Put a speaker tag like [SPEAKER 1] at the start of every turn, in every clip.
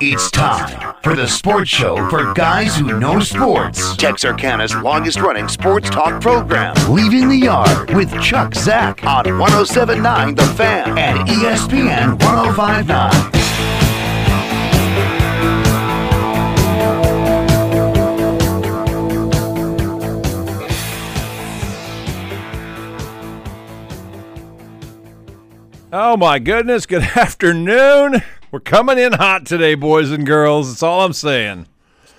[SPEAKER 1] It's time for the sports show for guys who know sports. Texarkana's longest running sports talk program. Leaving the Yard with Chuck Zack on 1079 The Fan and E ESPN 1059.
[SPEAKER 2] Oh my goodness, good afternoon. We're coming in hot today, boys and girls. That's all I'm saying.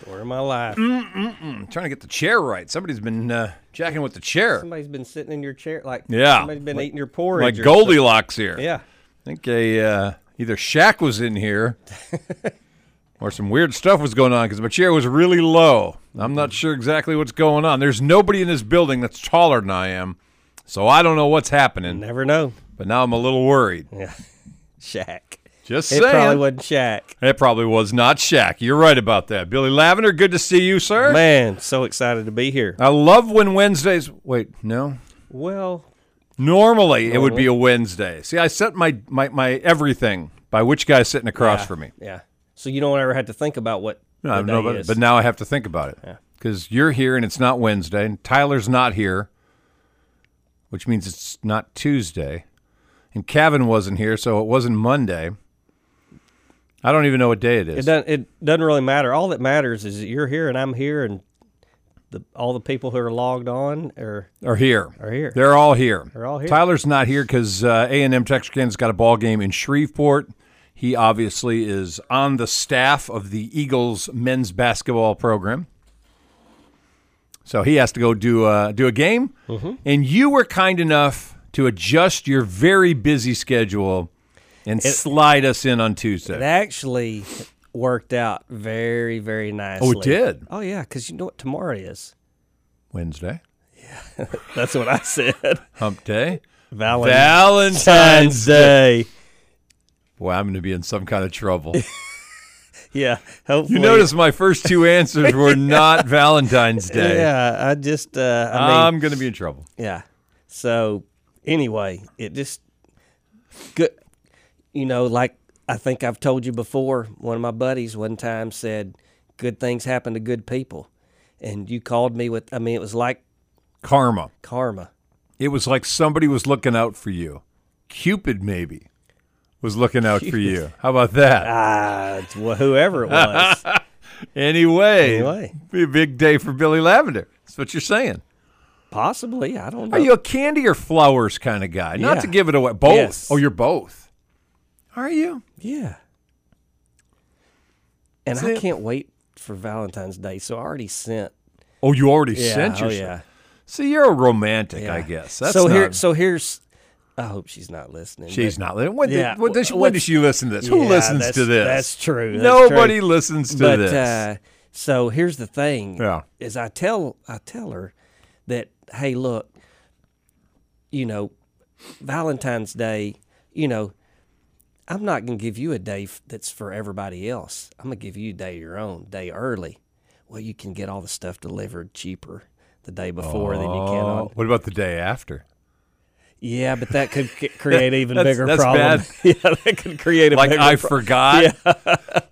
[SPEAKER 3] Story of my life.
[SPEAKER 2] Mm-hmm. I'm trying to get the chair right. Somebody's been uh, jacking with the chair.
[SPEAKER 3] Somebody's been sitting in your chair, like
[SPEAKER 2] Yeah.
[SPEAKER 3] Somebody's been
[SPEAKER 2] Like-
[SPEAKER 3] eating your porridge,
[SPEAKER 2] Like
[SPEAKER 3] or
[SPEAKER 2] Goldilocks here.
[SPEAKER 3] something. Yeah,
[SPEAKER 2] I think a, uh, either Shaq was in here or some weird stuff was going on because my chair was really low. I'm not sure exactly what's going on. There's nobody in this building that's taller than I am, so I don't know what's happening,
[SPEAKER 3] never know.
[SPEAKER 2] but now I'm a little worried.
[SPEAKER 3] Shaq.
[SPEAKER 2] Just
[SPEAKER 3] It
[SPEAKER 2] saying.
[SPEAKER 3] probably wasn't Shaq.
[SPEAKER 2] It probably was not Shaq. You're right about that. Billy Lavender, good to see you, sir.
[SPEAKER 3] Man, so excited to be here.
[SPEAKER 2] I love when Wednesdays. Wait, no.
[SPEAKER 3] Well,
[SPEAKER 2] Normally, it would be a Wednesday. See, I set my my, my everything by which guy's sitting across
[SPEAKER 3] yeah,
[SPEAKER 2] from me.
[SPEAKER 3] Yeah. So you don't ever have to think about what.
[SPEAKER 2] No, I
[SPEAKER 3] the
[SPEAKER 2] don't know
[SPEAKER 3] day
[SPEAKER 2] about it,
[SPEAKER 3] is.
[SPEAKER 2] but now I have to think about it because you're here and it's not Wednesday, and Tyler's not here, which means it's not Tuesday, and Kevin wasn't here, so it wasn't Monday. I don't even know what day it
[SPEAKER 3] it
[SPEAKER 2] is.
[SPEAKER 3] doesn't. It doesn't really matter. All that matters is that you're here and I'm here, and the all the people who are logged on are
[SPEAKER 2] are here.
[SPEAKER 3] Are here.
[SPEAKER 2] They're all here.
[SPEAKER 3] They're all here.
[SPEAKER 2] Tyler's not here because uh, A&M Texarkana's got a ball game in Shreveport. He obviously is on the staff of the Eagles men's basketball program. So he has to go do uh, do a game.
[SPEAKER 3] Mm-hmm.
[SPEAKER 2] And you were kind enough to adjust your very busy schedule and slide us in on Tuesday.
[SPEAKER 3] It actually worked out very, very nicely.
[SPEAKER 2] did?
[SPEAKER 3] Oh yeah, because you know what tomorrow is.
[SPEAKER 2] Wednesday,
[SPEAKER 3] That's what I said.
[SPEAKER 2] hump day,
[SPEAKER 3] Valentine's
[SPEAKER 2] Valentine's Day.
[SPEAKER 3] Day.
[SPEAKER 2] Boy, I'm going to be in some kind of trouble.
[SPEAKER 3] Yeah, hopefully.
[SPEAKER 2] You notice my first two answers were not Valentine's Day. Um,
[SPEAKER 3] Yeah, I just, uh, I mean,
[SPEAKER 2] I am going to be in trouble.
[SPEAKER 3] yeah. So anyway, it just good. You know, like I think I've told you before. One of my buddies one time said, "Good things happen to good people," and you called me with. I mean, it was like
[SPEAKER 2] Karma.
[SPEAKER 3] karma.
[SPEAKER 2] It was like somebody was looking out for you. Cupid, maybe, was looking out for you. How about that?
[SPEAKER 3] Ah, it's wh- whoever it was.
[SPEAKER 2] Anyway,
[SPEAKER 3] Anyway.
[SPEAKER 2] be a big day for Billy Lavender. That's what you're saying.
[SPEAKER 3] Possibly, I don't know.
[SPEAKER 2] Are you a candy or flowers kind of guy? Not
[SPEAKER 3] Yeah.
[SPEAKER 2] to give it away. Both.
[SPEAKER 3] Yes.
[SPEAKER 2] Oh, you're both. Are you?
[SPEAKER 3] Yeah. And
[SPEAKER 2] That's
[SPEAKER 3] I
[SPEAKER 2] it.
[SPEAKER 3] can't wait for Valentine's Day. So I already sent.
[SPEAKER 2] Oh, you already
[SPEAKER 3] Yeah,
[SPEAKER 2] sent
[SPEAKER 3] oh,
[SPEAKER 2] yourself.
[SPEAKER 3] yeah.
[SPEAKER 2] See, you're a romantic, I
[SPEAKER 3] Yeah.
[SPEAKER 2] guess. That's
[SPEAKER 3] so here,
[SPEAKER 2] not-
[SPEAKER 3] so here's. I hope she's not listening.
[SPEAKER 2] She's
[SPEAKER 3] but-
[SPEAKER 2] not. li- When,
[SPEAKER 3] Yeah,
[SPEAKER 2] did, when, does she, when
[SPEAKER 3] what's-
[SPEAKER 2] does she listen to this? Who
[SPEAKER 3] Yeah,
[SPEAKER 2] listens to
[SPEAKER 3] that's-
[SPEAKER 2] this?
[SPEAKER 3] that's true, that's
[SPEAKER 2] Nobody
[SPEAKER 3] true.
[SPEAKER 2] listens to
[SPEAKER 3] But
[SPEAKER 2] this.
[SPEAKER 3] uh, so here's the thing.
[SPEAKER 2] Yeah.
[SPEAKER 3] Is I tell I tell her that hey look, you know, Valentine's Day, you know, I'm not gonna give you a day f- that's for everybody else. I'm gonna give you a day of your own, day early. Well, you can get all the stuff delivered cheaper the day before than you can on
[SPEAKER 2] Oh, what about the day after?
[SPEAKER 3] Yeah, but that could c- create even
[SPEAKER 2] That's-
[SPEAKER 3] bigger
[SPEAKER 2] that's
[SPEAKER 3] problem.
[SPEAKER 2] bad.
[SPEAKER 3] yeah, that could create a
[SPEAKER 2] Like
[SPEAKER 3] bigger
[SPEAKER 2] I
[SPEAKER 3] pro-
[SPEAKER 2] forgot.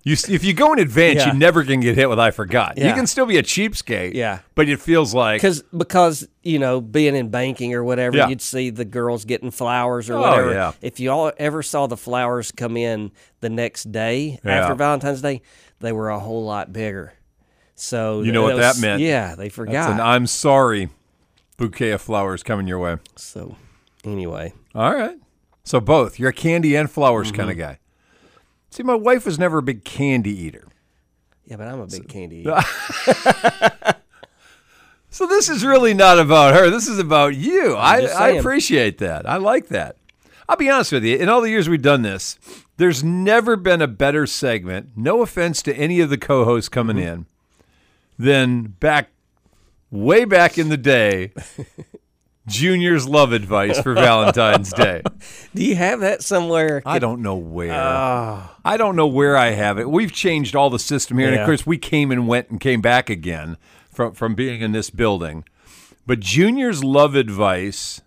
[SPEAKER 2] you s- if you go in advance,
[SPEAKER 3] Yeah.
[SPEAKER 2] you never can get hit with I forgot. You
[SPEAKER 3] Yeah.
[SPEAKER 2] can still be a cheapskate.
[SPEAKER 3] Yeah.
[SPEAKER 2] but it feels like
[SPEAKER 3] because because you know being in banking or whatever,
[SPEAKER 2] Yeah.
[SPEAKER 3] you'd see the girls getting flowers or
[SPEAKER 2] Oh,
[SPEAKER 3] whatever.
[SPEAKER 2] yeah.
[SPEAKER 3] If y'all ever saw the flowers come in the next day
[SPEAKER 2] Yeah.
[SPEAKER 3] after Valentine's Day, they were a whole lot bigger. So
[SPEAKER 2] You know
[SPEAKER 3] th-
[SPEAKER 2] what that meant.
[SPEAKER 3] Yeah, they
[SPEAKER 2] it's an
[SPEAKER 3] forgot.
[SPEAKER 2] I'm sorry bouquet of flowers coming your way.
[SPEAKER 3] so anyway,
[SPEAKER 2] All right. So both you're a candy and
[SPEAKER 3] Mm-hmm.
[SPEAKER 2] flowers kind of guy. See, my wife was never a big candy eater.
[SPEAKER 3] yeah, but I'm a big candy. eater.
[SPEAKER 2] So this is really not about her. This is about you. I,
[SPEAKER 3] just
[SPEAKER 2] I
[SPEAKER 3] saying.
[SPEAKER 2] appreciate that. I like that. I'll be honest with you. In all the years we've done this, there's never been a better segment. No offense to any of the co-hosts coming
[SPEAKER 3] Mm-hmm.
[SPEAKER 2] in, than back way back in the day. Junior's love advice for Valentine's Day.
[SPEAKER 3] Do you have that somewhere?
[SPEAKER 2] I don't know where. I don't know where I have it. We've changed all the system here, and of
[SPEAKER 3] Ah. Yeah.
[SPEAKER 2] course, we came and went and came back again from from being in this building. But Junior's love advice.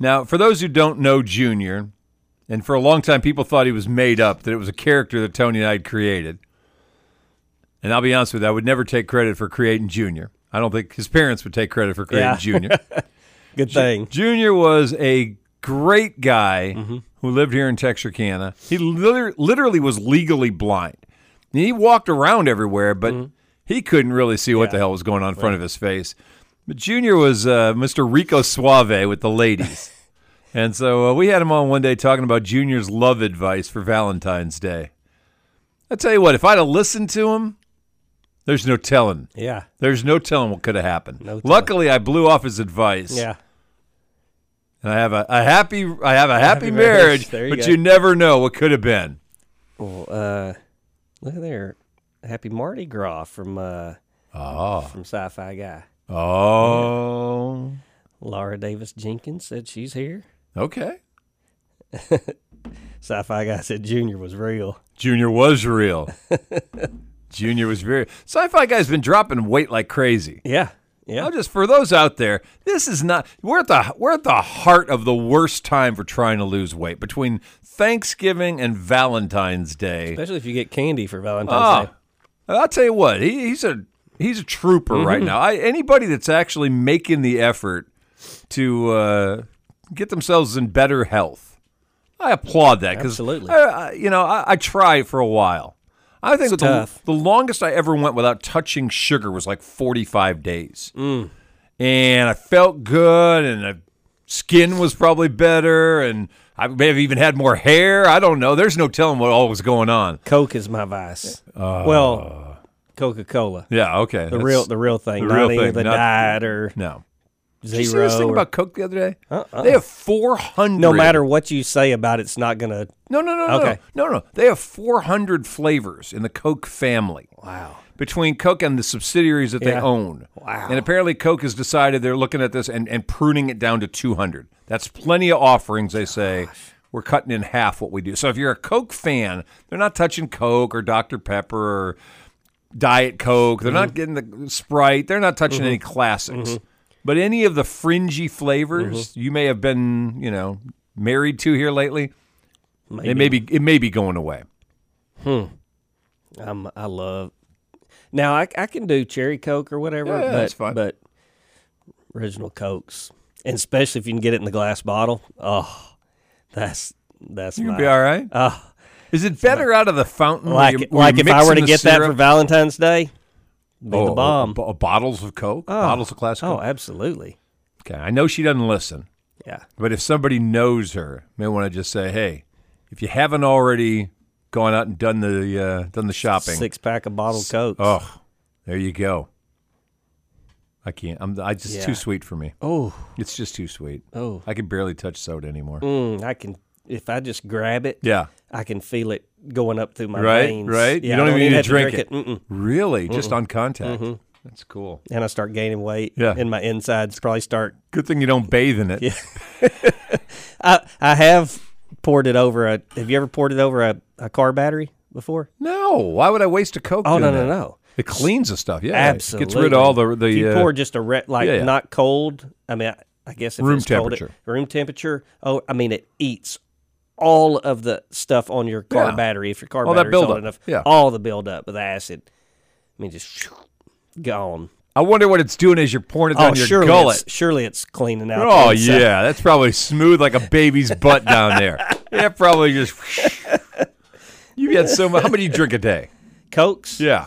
[SPEAKER 2] Now, for those who don't know Junior, and for a long time, people thought he was made up, that it was a character that Tony and I had created. And I'll be honest with you, I would never take credit for creating Junior. I don't think his parents would take credit for creating
[SPEAKER 3] Yeah.
[SPEAKER 2] Junior.
[SPEAKER 3] Good thing.
[SPEAKER 2] Junior was a great guy
[SPEAKER 3] Mm-hmm.
[SPEAKER 2] who lived here in Texarkana. He liter- literally was legally blind. He walked around everywhere, but
[SPEAKER 3] Mm-hmm.
[SPEAKER 2] he couldn't really see what the hell was going on in front of his face. But Junior was uh, Mr. Rico Suave with the ladies. and so uh, we had him on one day talking about Junior's love advice for Valentine's Day. I tell you what, if I'd have listened to him, there's no telling.
[SPEAKER 3] Yeah.
[SPEAKER 2] There's no telling what could have happened.
[SPEAKER 3] No telling.
[SPEAKER 2] Luckily, I blew off his advice.
[SPEAKER 3] Yeah.
[SPEAKER 2] And I have a, a happy I have a happy,
[SPEAKER 3] Happy marriage.
[SPEAKER 2] marriage,
[SPEAKER 3] There you
[SPEAKER 2] but
[SPEAKER 3] go.
[SPEAKER 2] you never know what could have been.
[SPEAKER 3] Well, uh, look at there. Happy Mardi Gras from uh,
[SPEAKER 2] Oh.
[SPEAKER 3] from Sci-Fi Guy.
[SPEAKER 2] Oh.
[SPEAKER 3] Laura Davis Jenkins said she's here.
[SPEAKER 2] Okay.
[SPEAKER 3] Sci-Fi Guy said Junior was real.
[SPEAKER 2] Junior was real. Junior was very Sci-Fi guy's been dropping weight like crazy.
[SPEAKER 3] Yeah.
[SPEAKER 2] Now
[SPEAKER 3] Yeah.
[SPEAKER 2] just for those out there, this is not we're at the we're at the heart of the worst time for trying to lose weight between Thanksgiving and Valentine's Day.
[SPEAKER 3] Especially if you get candy for Valentine's
[SPEAKER 2] Ah, I'll tell you what, he, he's a he's a trooper
[SPEAKER 3] Mm-hmm.
[SPEAKER 2] right now. I, anybody that's actually making the effort to uh, get themselves in better health, I applaud that because
[SPEAKER 3] Absolutely.
[SPEAKER 2] I, I, you know I, I tried for a while. I think that the,
[SPEAKER 3] tough.
[SPEAKER 2] the longest I ever went without touching sugar was like forty five days,
[SPEAKER 3] Mm.
[SPEAKER 2] and I felt good, and I, skin was probably better, and I may have even had more hair. I don't know. There's no telling what all was going on.
[SPEAKER 3] Day. Coke is my vice.
[SPEAKER 2] Ah.
[SPEAKER 3] well, Coca-Cola.
[SPEAKER 2] Yeah. Okay.
[SPEAKER 3] The real the real thing.
[SPEAKER 2] the
[SPEAKER 3] not
[SPEAKER 2] real
[SPEAKER 3] any of
[SPEAKER 2] thing,
[SPEAKER 3] the
[SPEAKER 2] not-
[SPEAKER 3] diet or
[SPEAKER 2] No.
[SPEAKER 3] zero.
[SPEAKER 2] Did you see this thing
[SPEAKER 3] or- Uh-uh.
[SPEAKER 2] about Coke the other day? They have 400.
[SPEAKER 3] no matter what you say about it, it's not gonna.
[SPEAKER 2] No, no, no, no.
[SPEAKER 3] Okay.
[SPEAKER 2] No, no. They have 400 flavors in the Coke family
[SPEAKER 3] Wow.
[SPEAKER 2] between Coke and the subsidiaries that they
[SPEAKER 3] Yeah.
[SPEAKER 2] own.
[SPEAKER 3] Wow.
[SPEAKER 2] And apparently Coke has decided they're looking at this and, and pruning it down to 200. That's plenty of offerings, they say. We're cutting in half what we do. So if you're a Coke fan, they're not touching Coke or Dr. Pepper or Diet Coke. They're not
[SPEAKER 3] Mm-hmm.
[SPEAKER 2] getting the Sprite. They're not touching any classics. But any of the fringy flavors
[SPEAKER 3] Mm-hmm.
[SPEAKER 2] you may have been, you know, married to here lately, it may be it may be going away.
[SPEAKER 3] I'm, I love. Now I, I can do cherry coke or whatever,
[SPEAKER 2] Yeah, yeah,
[SPEAKER 3] but
[SPEAKER 2] that's fine.
[SPEAKER 3] but original cokes, and especially if you can get it in the glass bottle. Oh, that's that's
[SPEAKER 2] You'll
[SPEAKER 3] my,
[SPEAKER 2] be all right. Is it better out of the fountain? where
[SPEAKER 3] Uh, like
[SPEAKER 2] you- where
[SPEAKER 3] like
[SPEAKER 2] you
[SPEAKER 3] if I
[SPEAKER 2] mix
[SPEAKER 3] were
[SPEAKER 2] in
[SPEAKER 3] to
[SPEAKER 2] the
[SPEAKER 3] get that
[SPEAKER 2] syrup?
[SPEAKER 3] for Valentine's Day, be
[SPEAKER 2] Oh,
[SPEAKER 3] the bomb.
[SPEAKER 2] b- bottles of Coke, bottles of classic.
[SPEAKER 3] Oh,
[SPEAKER 2] Coke.
[SPEAKER 3] absolutely.
[SPEAKER 2] Okay, I know she doesn't listen,
[SPEAKER 3] Yeah,
[SPEAKER 2] but if somebody knows her, may want to just say, "Hey, if you haven't already gone out and done the uh, done the shopping,
[SPEAKER 3] six pack of bottled cokes.
[SPEAKER 2] oh, there you go." I can't. I'm. I just
[SPEAKER 3] Yeah.
[SPEAKER 2] too sweet for me.
[SPEAKER 3] oh,
[SPEAKER 2] It's just too sweet.
[SPEAKER 3] Oh.
[SPEAKER 2] I can barely touch soda anymore.
[SPEAKER 3] mm, I can if I just grab it.
[SPEAKER 2] Yeah.
[SPEAKER 3] I can feel it going up through my
[SPEAKER 2] Right,
[SPEAKER 3] veins.
[SPEAKER 2] right.
[SPEAKER 3] Yeah,
[SPEAKER 2] You don't
[SPEAKER 3] I
[SPEAKER 2] even need to
[SPEAKER 3] have
[SPEAKER 2] drink it.
[SPEAKER 3] Mm-mm.
[SPEAKER 2] Really, just on contact.
[SPEAKER 3] Mm-hmm.
[SPEAKER 2] That's cool.
[SPEAKER 3] and I start gaining weight.
[SPEAKER 2] Yeah.
[SPEAKER 3] And my insides probably start.
[SPEAKER 2] Good thing you don't bathe in it.
[SPEAKER 3] Yeah. I I have poured it over a. Have you ever poured it over a, a car battery before?
[SPEAKER 2] No. Why would I waste a Coke?
[SPEAKER 3] Oh no
[SPEAKER 2] doing
[SPEAKER 3] no
[SPEAKER 2] that?
[SPEAKER 3] no.
[SPEAKER 2] It cleans the stuff. Yeah,
[SPEAKER 3] Absolutely.
[SPEAKER 2] It gets rid of all the
[SPEAKER 3] If
[SPEAKER 2] the
[SPEAKER 3] you
[SPEAKER 2] uh,
[SPEAKER 3] pour just a re, like
[SPEAKER 2] yeah, yeah.
[SPEAKER 3] not cold. I mean, I, I guess if
[SPEAKER 2] Room
[SPEAKER 3] it's cold, it-
[SPEAKER 2] temperature.
[SPEAKER 3] room temperature. Oh, I mean, it eats all of the stuff on your car
[SPEAKER 2] Yeah.
[SPEAKER 3] battery. If your car
[SPEAKER 2] All that
[SPEAKER 3] battery's old
[SPEAKER 2] buildup.
[SPEAKER 3] enough,
[SPEAKER 2] Yeah.
[SPEAKER 3] all the buildup of the acid. I mean, just gone.
[SPEAKER 2] I wonder what it's doing as you're pouring it down
[SPEAKER 3] oh,
[SPEAKER 2] your
[SPEAKER 3] surely
[SPEAKER 2] gullet.
[SPEAKER 3] it's surely it's cleaning out. the
[SPEAKER 2] Oh
[SPEAKER 3] inside.
[SPEAKER 2] yeah, that's probably smooth like a baby's butt down there. Yeah, probably just. you get so much. How many do you drink a day?
[SPEAKER 3] Cokes.
[SPEAKER 2] Yeah.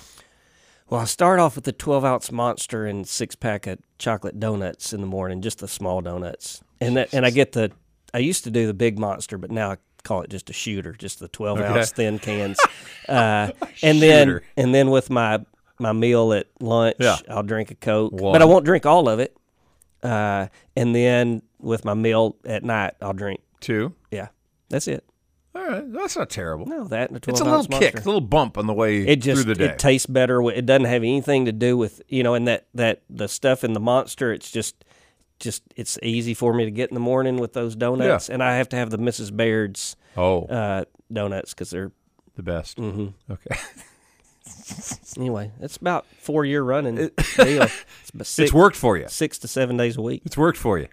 [SPEAKER 3] Well, I start off with the 12 ounce monster and six pack of chocolate donuts in the morning, just the small donuts. And that, and I get the, I used to do the big monster, but now I call it just a shooter, just the 12 ounce thin cans. Uh, and then,
[SPEAKER 2] Shooter.
[SPEAKER 3] and then with my, my meal at lunch,
[SPEAKER 2] Yeah.
[SPEAKER 3] I'll drink a Coke,
[SPEAKER 2] One.
[SPEAKER 3] but I won't drink all of it. Uh, and then with my meal at night, I'll drink.
[SPEAKER 2] Two.
[SPEAKER 3] Yeah. That's it.
[SPEAKER 2] All right, that's not terrible.
[SPEAKER 3] No, that and a 12
[SPEAKER 2] it's a
[SPEAKER 3] ounce
[SPEAKER 2] little
[SPEAKER 3] monster
[SPEAKER 2] kick, a little bump on the way
[SPEAKER 3] it just
[SPEAKER 2] through the day.
[SPEAKER 3] it tastes better. wi- It doesn't have anything to do with you know, and that that the stuff in the monster. It's just just it's easy for me to get in the morning with those donuts, and I have to have the Mrs. Baird's
[SPEAKER 2] oh,
[SPEAKER 3] uh, donuts because they're
[SPEAKER 2] the best. Mm-hmm. Okay,
[SPEAKER 3] anyway. It's about four year running deal. It's, about six,
[SPEAKER 2] it's worked for you.
[SPEAKER 3] six to seven days a week.
[SPEAKER 2] It's worked for you.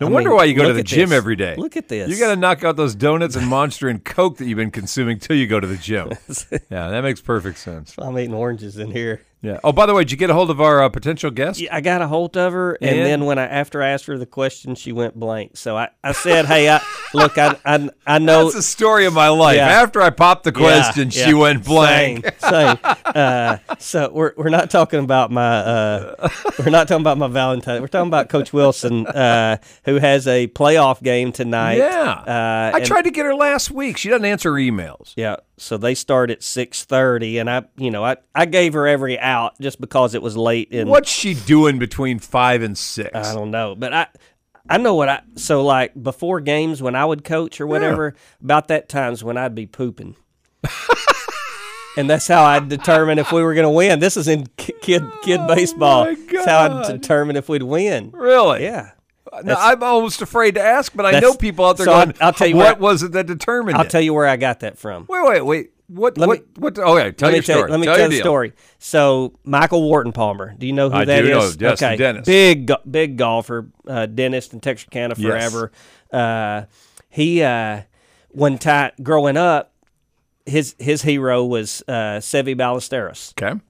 [SPEAKER 2] No
[SPEAKER 3] I
[SPEAKER 2] wonder
[SPEAKER 3] mean,
[SPEAKER 2] why you go to
[SPEAKER 3] look
[SPEAKER 2] the
[SPEAKER 3] at
[SPEAKER 2] gym
[SPEAKER 3] this.
[SPEAKER 2] every day.
[SPEAKER 3] Look at this.
[SPEAKER 2] You got to knock out those donuts and Monster and Coke that you've been consuming till you go to the gym. yeah, that makes perfect sense.
[SPEAKER 3] I'm eating oranges in here.
[SPEAKER 2] Yeah. Oh, by the way, did you get a hold of our uh, potential guest?
[SPEAKER 3] Yeah, I got a hold of her, and,
[SPEAKER 2] And?
[SPEAKER 3] then when I after I asked her the question, she went blank. So I, I said, "Hey, I look, I I, I know."
[SPEAKER 2] That's the story of my life.
[SPEAKER 3] Yeah.
[SPEAKER 2] After I popped the
[SPEAKER 3] Yeah,
[SPEAKER 2] question,
[SPEAKER 3] yeah,
[SPEAKER 2] she went blank.
[SPEAKER 3] Same, same. Uh, so we're we're not talking about my uh, we're not talking about my Valentine. We're talking about Coach Wilson, uh, who has a playoff game tonight.
[SPEAKER 2] Yeah.
[SPEAKER 3] uh,
[SPEAKER 2] I
[SPEAKER 3] and-
[SPEAKER 2] tried to get her last week. She doesn't answer emails.
[SPEAKER 3] Yeah, so they start at six thirty, and I, you know, I, I gave her every out just because it was late in
[SPEAKER 2] What's she doing between five and six?
[SPEAKER 3] I don't know, but I I know what I so like before games when I would coach or whatever. About that times when I'd be pooping, and that's how I'd determine if we were going to win. This is in ki- kid kid baseball.
[SPEAKER 2] Oh my
[SPEAKER 3] That's how
[SPEAKER 2] God.
[SPEAKER 3] I'd determine if we'd win.
[SPEAKER 2] Really?
[SPEAKER 3] Yeah,
[SPEAKER 2] No, I'm almost afraid to ask, but I
[SPEAKER 3] That's-
[SPEAKER 2] know people out there
[SPEAKER 3] so I'll-
[SPEAKER 2] going,
[SPEAKER 3] I'll tell you what-
[SPEAKER 2] what was it that determined
[SPEAKER 3] I'll
[SPEAKER 2] it?
[SPEAKER 3] tell you where I got that from.
[SPEAKER 2] Wait, wait, wait. What?
[SPEAKER 3] Let
[SPEAKER 2] what?
[SPEAKER 3] me-
[SPEAKER 2] what? Okay, tell
[SPEAKER 3] let
[SPEAKER 2] your
[SPEAKER 3] me tell,
[SPEAKER 2] story.
[SPEAKER 3] let me
[SPEAKER 2] tell
[SPEAKER 3] tell,
[SPEAKER 2] your
[SPEAKER 3] the
[SPEAKER 2] deal.
[SPEAKER 3] story. So Michael Wharton Palmer, do you know who
[SPEAKER 2] I
[SPEAKER 3] that
[SPEAKER 2] do
[SPEAKER 3] is?
[SPEAKER 2] know, yes, the dentist.
[SPEAKER 3] big go- big golfer, uh, dentist in Texarkana forever. Uh, he uh, one time growing up, his his hero was uh, Seve Ballesteros.
[SPEAKER 2] Okay.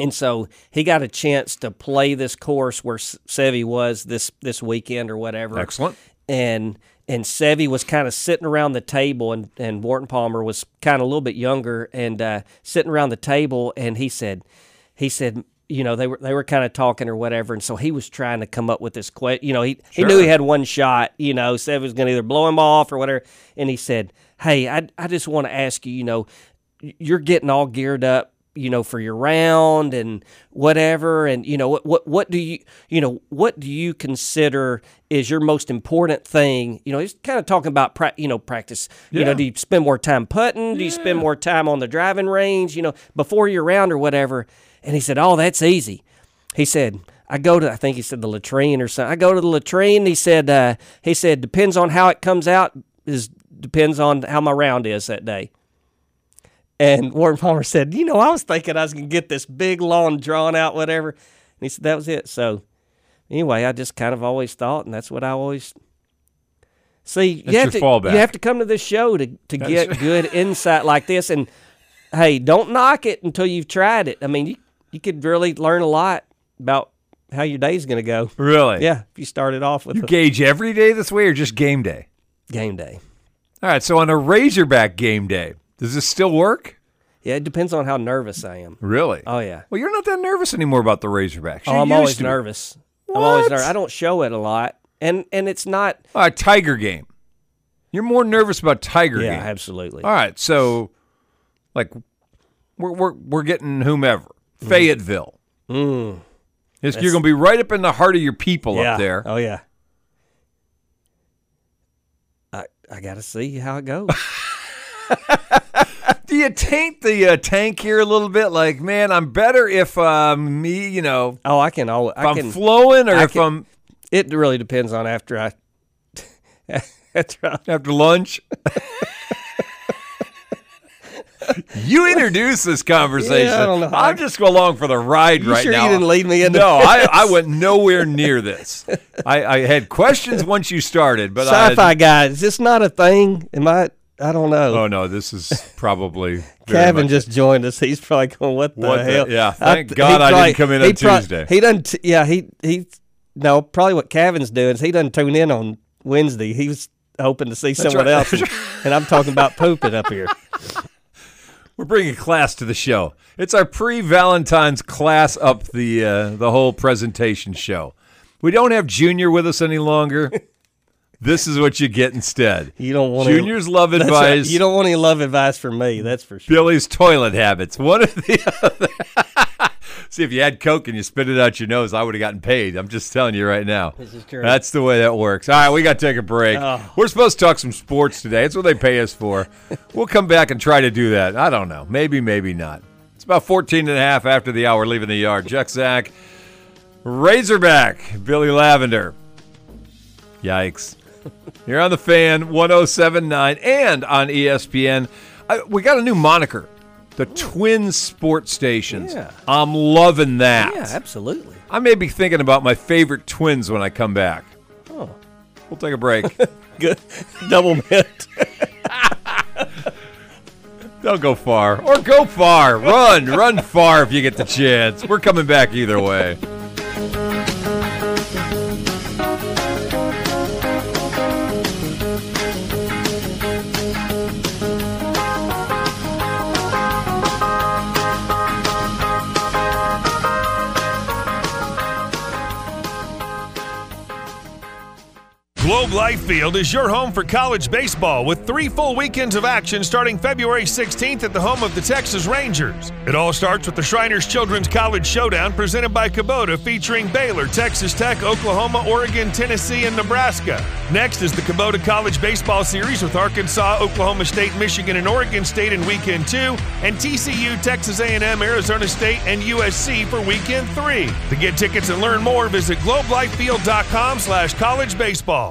[SPEAKER 3] And so he got a chance to play this course where S- Seve was this this weekend or whatever.
[SPEAKER 2] Excellent.
[SPEAKER 3] And and Seve was kind of sitting around the table, and and Wharton Palmer was kind of a little bit younger and uh, sitting around the table, and he said, he said. You know they were they were kind of talking or whatever, and so he was trying to come up with this question. You know he, he knew he had one shot. You know Seve was going to either blow him off or whatever, and he said, "Hey, I I just want to ask you. You know, you're getting all geared up you know for your round and whatever and you know what what what do you you know what do you consider is your most important thing you know he's kind of talking about pra- you know practice you know do you spend more time putting do you spend more time on the driving range you know before your round or whatever and he said oh that's easy he said i go to i think he said the latrine or something i go to the latrine he said uh, he said depends on how it comes out is depends on how my round is that day and Warren Palmer said, You know, I was thinking I was going to get this big, long, drawn out, whatever. And he said, That was it. So, anyway, I just kind of always thought, and that's what I always see.
[SPEAKER 2] That's
[SPEAKER 3] you, have
[SPEAKER 2] your
[SPEAKER 3] to,
[SPEAKER 2] fallback.
[SPEAKER 3] you have to come to this show to, to get good insight like this. And hey, don't knock it until you've tried it. I mean, you, you could really learn a lot about how your day's going to go.
[SPEAKER 2] Really?
[SPEAKER 3] Yeah, if you started off with
[SPEAKER 2] You
[SPEAKER 3] a
[SPEAKER 2] gauge every day this way or just game day?
[SPEAKER 3] game day.
[SPEAKER 2] All right. So on a Razorback game day, does this still work?
[SPEAKER 3] Yeah, it depends on how nervous I am.
[SPEAKER 2] Really?
[SPEAKER 3] Oh, yeah.
[SPEAKER 2] well, you're not that nervous anymore about the Razorbacks. You
[SPEAKER 3] Oh, I'm
[SPEAKER 2] used
[SPEAKER 3] always
[SPEAKER 2] to be.
[SPEAKER 3] nervous. I'm always
[SPEAKER 2] What?
[SPEAKER 3] nervous. I don't show it a lot, and and it's not.
[SPEAKER 2] All right, Tiger game. You're more nervous about Tiger
[SPEAKER 3] Yeah,
[SPEAKER 2] game.
[SPEAKER 3] absolutely.
[SPEAKER 2] All right, so like we're we're we're getting whomever Fayetteville. Mm. It's- you're going to be right up in the heart of your people
[SPEAKER 3] yeah.
[SPEAKER 2] up there.
[SPEAKER 3] Oh yeah. I I gotta see how it goes.
[SPEAKER 2] Do you taint the uh, tank here a little bit? Like, man, I'm better if um, me, you know,
[SPEAKER 3] oh, I can always.
[SPEAKER 2] if
[SPEAKER 3] I
[SPEAKER 2] I'm
[SPEAKER 3] can.
[SPEAKER 2] flowing or
[SPEAKER 3] I
[SPEAKER 2] if
[SPEAKER 3] can-
[SPEAKER 2] I'm
[SPEAKER 3] it really depends on after I. after I
[SPEAKER 2] after lunch. you introduce this conversation.
[SPEAKER 3] Yeah, I don't know how
[SPEAKER 2] am
[SPEAKER 3] I-
[SPEAKER 2] just along for the ride
[SPEAKER 3] You
[SPEAKER 2] right
[SPEAKER 3] sure
[SPEAKER 2] now.
[SPEAKER 3] you didn't lead me into
[SPEAKER 2] No, I, I went nowhere near this. I, I had questions once you started, but I.
[SPEAKER 3] sci-fi guy, is this not a thing? Am I? I don't know.
[SPEAKER 2] Oh no, this is probably very
[SPEAKER 3] Kevin
[SPEAKER 2] much-
[SPEAKER 3] just joined us. He's probably going, "What the
[SPEAKER 2] What the-
[SPEAKER 3] hell?"
[SPEAKER 2] yeah,
[SPEAKER 3] I
[SPEAKER 2] thank
[SPEAKER 3] th-
[SPEAKER 2] God
[SPEAKER 3] he
[SPEAKER 2] I didn't come in
[SPEAKER 3] he
[SPEAKER 2] on
[SPEAKER 3] prob-
[SPEAKER 2] Tuesday.
[SPEAKER 3] He doesn't. T- yeah, he he. No, probably what Kevin's doing is he doesn't tune in on Wednesday. He was hoping to see someone
[SPEAKER 2] right.
[SPEAKER 3] else, and, and I'm talking about pooping up here.
[SPEAKER 2] We're bringing class to the show. It's our pre-Valentine's class up the uh, the whole presentation show. We don't have Junior with us any longer. this is what you get instead.
[SPEAKER 3] You don't want
[SPEAKER 2] Junior's love
[SPEAKER 3] That's right.
[SPEAKER 2] advice.
[SPEAKER 3] You don't want any love advice from me. That's for sure.
[SPEAKER 2] Billy's toilet habits. One of the other. See, if you had Coke and you spit it out your nose, I would have gotten paid. I'm just telling you right now. This
[SPEAKER 3] is true. Oh.
[SPEAKER 2] That's the way that works. All right, we got to take a break. We're supposed to talk some sports today. That's what they pay us for. we'll come back and try to do that. I don't know. Maybe, maybe not. It's about 14 and a half after the hour leaving the yard. Jack Zach, Razorback, Billy Lavender. Yikes. You're on the fan 1079 and on E ESPN. I, we got a new moniker, the Twin Sports Stations.
[SPEAKER 3] Yeah.
[SPEAKER 2] I'm loving that.
[SPEAKER 3] Yeah, absolutely.
[SPEAKER 2] I may be thinking about my favorite twins when I come back.
[SPEAKER 3] Oh.
[SPEAKER 2] We'll take a break.
[SPEAKER 3] Good. Double mint.
[SPEAKER 2] Don't go far. Or go far. Run. Run far if you get the chance. We're coming back either way.
[SPEAKER 4] Globe Life Field is your home for college baseball with three full weekends of action starting February 16th at the home of the Texas Rangers. It all starts with the Shriners Children's College Showdown presented by Kubota featuring Baylor, Texas Tech, Oklahoma, Oregon, Tennessee, and Nebraska. Next is the Kubota College Baseball Series with Arkansas, Oklahoma State, Michigan, and Oregon State in weekend 2 and TCU, Texas A&M, Arizona State, and USC for weekend 3. To get tickets and learn more, visit globelifefield.com slash college baseball.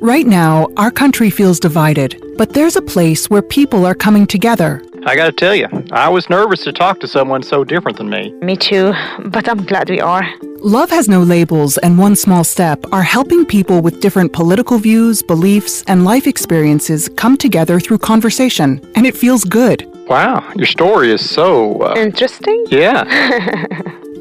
[SPEAKER 5] Right now, our country feels divided, but there's a place where people are coming together.
[SPEAKER 6] I gotta tell you, I was nervous to talk to someone so different than me.
[SPEAKER 7] Me too, but I'm glad we are.
[SPEAKER 5] Love Has No Labels and One Small Step are helping people with different political views, beliefs, and life experiences come together through conversation, and it feels good.
[SPEAKER 6] Wow, your story is so. Uh,
[SPEAKER 7] Interesting?
[SPEAKER 6] yeah.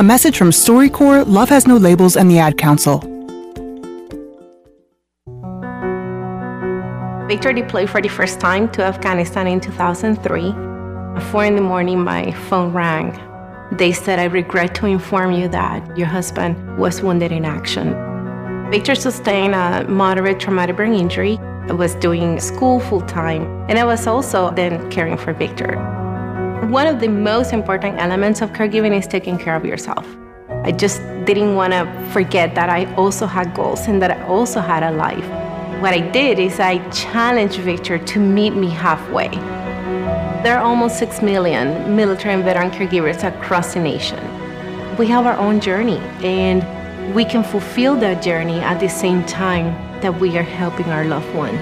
[SPEAKER 5] A message from StoryCorps, Love Has No Labels, and the Ad Council.
[SPEAKER 8] Victor deployed for the first time to Afghanistan in 2003. At 4 in the morning, my phone rang. They said, I regret to inform you that your husband was wounded in action. Victor sustained a moderate traumatic brain injury. I was doing school full time, and I was also then caring for Victor. One of the most important elements of caregiving is taking care of yourself. I just didn't want to forget that I also had goals and that I also had a life. What I did is I challenged Victor to meet me halfway. There are almost 6 million military and veteran caregivers across the nation. We have our own journey, and we can fulfill that journey at the same time that we are helping our loved one.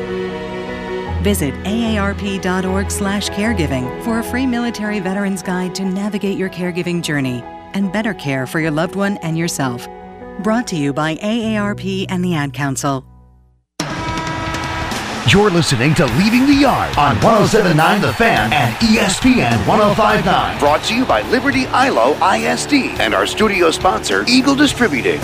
[SPEAKER 9] Visit aarp.org slash caregiving for a free military veteran's guide to navigate your caregiving journey and better care for your loved one and yourself. Brought to you by AARP and the Ad Council.
[SPEAKER 1] You're listening to Leaving the Yard on 1079 The Fan and E ESPN 1059. Brought to you by Liberty ILO ISD and our studio sponsor, Eagle Distributing.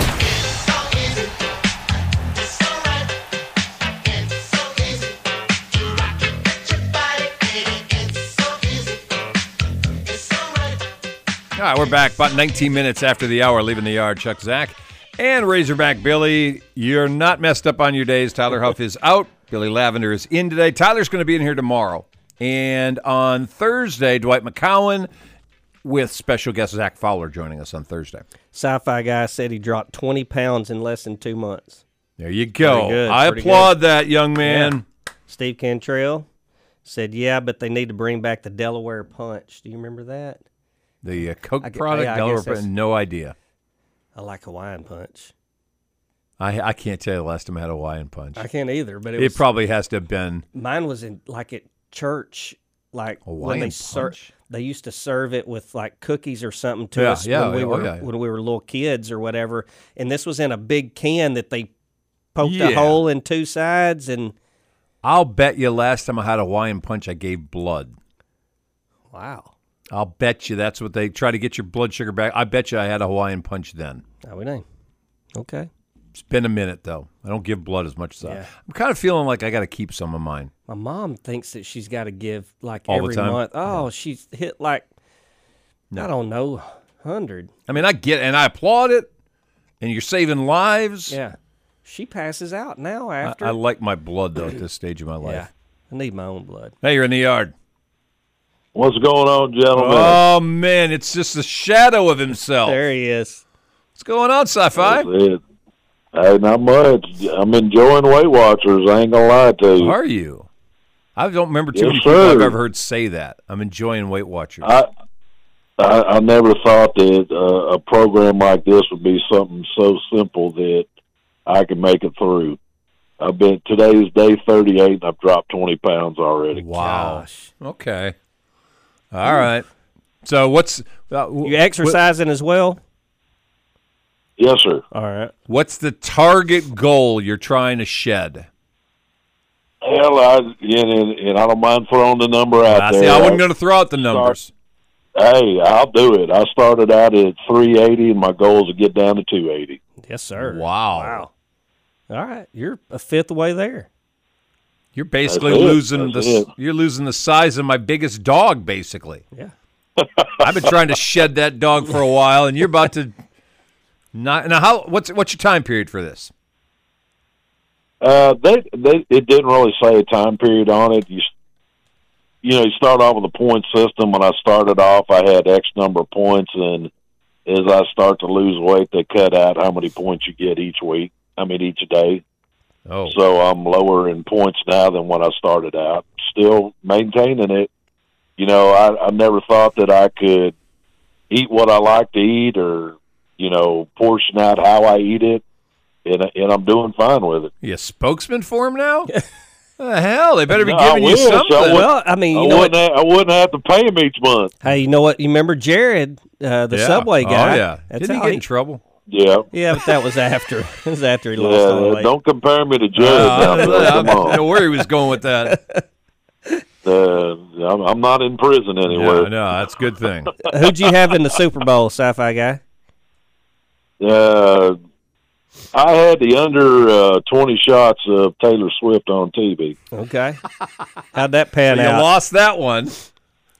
[SPEAKER 2] All right, we're back about 19 minutes after the hour, leaving the yard. Chuck Zach and Razorback Billy. You're not messed up on your days. Tyler Huff is out. Billy Lavender is in today. Tyler's going to be in here tomorrow. And on Thursday, Dwight McCowan with special guest Zach Fowler joining us on Thursday.
[SPEAKER 3] Sci-fi guy said he dropped 20 pounds in less than two months.
[SPEAKER 2] There you go.
[SPEAKER 3] Pretty good,
[SPEAKER 2] I
[SPEAKER 3] pretty
[SPEAKER 2] applaud that, young man.
[SPEAKER 3] Steve Cantrell said, "Yeah, but they need to bring back the Delaware Punch. Do you remember that?
[SPEAKER 2] The uh, Coke
[SPEAKER 3] I gu-
[SPEAKER 2] product,
[SPEAKER 3] yeah, I
[SPEAKER 2] Delaware
[SPEAKER 3] guess that's-
[SPEAKER 2] Punch, no idea.
[SPEAKER 3] I like Hawaiian Punch.
[SPEAKER 2] I, I can't tell you the last time I had a Hawaiian punch.
[SPEAKER 3] I can't either, but it,
[SPEAKER 2] it
[SPEAKER 3] was
[SPEAKER 2] probably has to have been.
[SPEAKER 3] mine was in like at church, like when
[SPEAKER 2] Hawaiian
[SPEAKER 3] they ser-
[SPEAKER 2] Punch?
[SPEAKER 3] they used to serve it with like cookies or something to
[SPEAKER 2] Yeah,
[SPEAKER 3] us
[SPEAKER 2] yeah,
[SPEAKER 3] when we
[SPEAKER 2] yeah, oh,
[SPEAKER 3] were
[SPEAKER 2] yeah, yeah.
[SPEAKER 3] when we were little kids or whatever. And this was in a big can that they poked
[SPEAKER 2] Yeah.
[SPEAKER 3] a hole in two sides and
[SPEAKER 2] I'll bet you last time I had a Hawaiian punch, I gave blood.
[SPEAKER 3] wow,
[SPEAKER 2] I'll bet you that's what they try to get your blood sugar back. I bet you I had a Hawaiian punch then.
[SPEAKER 3] now we know. Okay,
[SPEAKER 2] It's been a minute though. I don't give blood as much as I.
[SPEAKER 3] Yeah.
[SPEAKER 2] I'm kind of feeling like I got to keep some of mine.
[SPEAKER 3] My mom thinks that she's got to give like
[SPEAKER 2] All the
[SPEAKER 3] every
[SPEAKER 2] time?
[SPEAKER 3] month. Oh, she's hit like I don't know, hundred.
[SPEAKER 2] I mean, I get and I applaud it, and you're saving lives.
[SPEAKER 3] Yeah, she passes out now
[SPEAKER 2] I-
[SPEAKER 3] after.
[SPEAKER 2] I, like my blood though at this stage of my life.
[SPEAKER 3] Yeah, I need my own blood.
[SPEAKER 2] Hey, you're in the yard.
[SPEAKER 10] What's going on, gentlemen?
[SPEAKER 2] Oh man, it's just the shadow of himself. There
[SPEAKER 3] he is.
[SPEAKER 2] What's going on, sci-fi?
[SPEAKER 10] That's it. Hey, not much. I'm enjoying Weight Watchers. I ain't gonna lie to you.
[SPEAKER 2] Are you? I don't remember too
[SPEAKER 10] Yes,
[SPEAKER 2] many people I've
[SPEAKER 10] sir.
[SPEAKER 2] ever heard say that. I'm enjoying Weight Watchers.
[SPEAKER 10] I I, I never thought that uh, a program like this would be something so simple that I could make it through. I've been today is day 38, and I've dropped 20 pounds already.
[SPEAKER 2] Wow. Okay. All right. So what's uh, you
[SPEAKER 3] exercising as well?
[SPEAKER 10] Yes, sir.
[SPEAKER 3] All right.
[SPEAKER 2] What's the target goal you're trying to shed?
[SPEAKER 10] Hell, I and, and, and I don't mind throwing the number out
[SPEAKER 2] I
[SPEAKER 10] there.
[SPEAKER 2] see. I wasn't going to throw out the
[SPEAKER 10] Uh, Start-
[SPEAKER 2] numbers.
[SPEAKER 10] Hey, I'll do it. I started out at 380, and my goal is to get down to 280.
[SPEAKER 3] Yes, sir.
[SPEAKER 2] Wow.
[SPEAKER 3] Wow. All right, you're a fifth way there.
[SPEAKER 2] You're basically
[SPEAKER 3] That's it.
[SPEAKER 2] losing
[SPEAKER 3] That's
[SPEAKER 2] the
[SPEAKER 3] it.
[SPEAKER 2] you're losing the size of my biggest dog. Basically,
[SPEAKER 3] Yeah.
[SPEAKER 2] I've been trying to shed that dog for a while, and you're about to not. Now, how what's what's your time period for this?
[SPEAKER 10] Uh, they, they, it didn't really say a time period on it. You, s- you know, you start off with a point system. When I started off, I had X number of points, and as I start to lose weight, they cut out how many points you get each week. I mean, each day.
[SPEAKER 2] Oh,
[SPEAKER 10] So I'm lower in points now than when I started out. Still maintaining it. You know, I, I never thought that I could eat what I like to eat, or you know, portion out how I eat it, and and I'm doing fine with it.
[SPEAKER 2] You a spokesman for him now? the hell, they better be
[SPEAKER 10] No, I
[SPEAKER 2] giving you
[SPEAKER 10] wish. I
[SPEAKER 2] something.
[SPEAKER 10] would-
[SPEAKER 3] Well, I
[SPEAKER 2] uh,
[SPEAKER 3] mean, you
[SPEAKER 10] I
[SPEAKER 3] know
[SPEAKER 10] wouldn't, have, I wouldn't have to pay him each month.
[SPEAKER 3] Hey, you know what? You remember Jared, uh, the
[SPEAKER 2] Yeah.
[SPEAKER 3] subway
[SPEAKER 2] Oh,
[SPEAKER 3] guy?
[SPEAKER 2] yeah. Didn't he
[SPEAKER 3] how
[SPEAKER 2] get in trouble?
[SPEAKER 10] Yeah.
[SPEAKER 3] Yeah, but that was after. it was after he
[SPEAKER 10] Yeah,
[SPEAKER 3] lost all the weight.
[SPEAKER 10] don't compare me to Jared.
[SPEAKER 2] Uh,
[SPEAKER 10] now, though.
[SPEAKER 2] I
[SPEAKER 10] Come
[SPEAKER 2] don't
[SPEAKER 10] on.
[SPEAKER 2] know where he was going with that.
[SPEAKER 10] Uh, I'm, I'm not in prison anywhere.
[SPEAKER 2] No, no, that's a good thing.
[SPEAKER 3] Who'd you have in the Super Bowl, sci-fi guy?
[SPEAKER 10] Uh, I had the under uh, 20 shots of Taylor Swift on TV.
[SPEAKER 3] Okay. How'd that pan
[SPEAKER 2] you
[SPEAKER 3] out?
[SPEAKER 2] lost that one.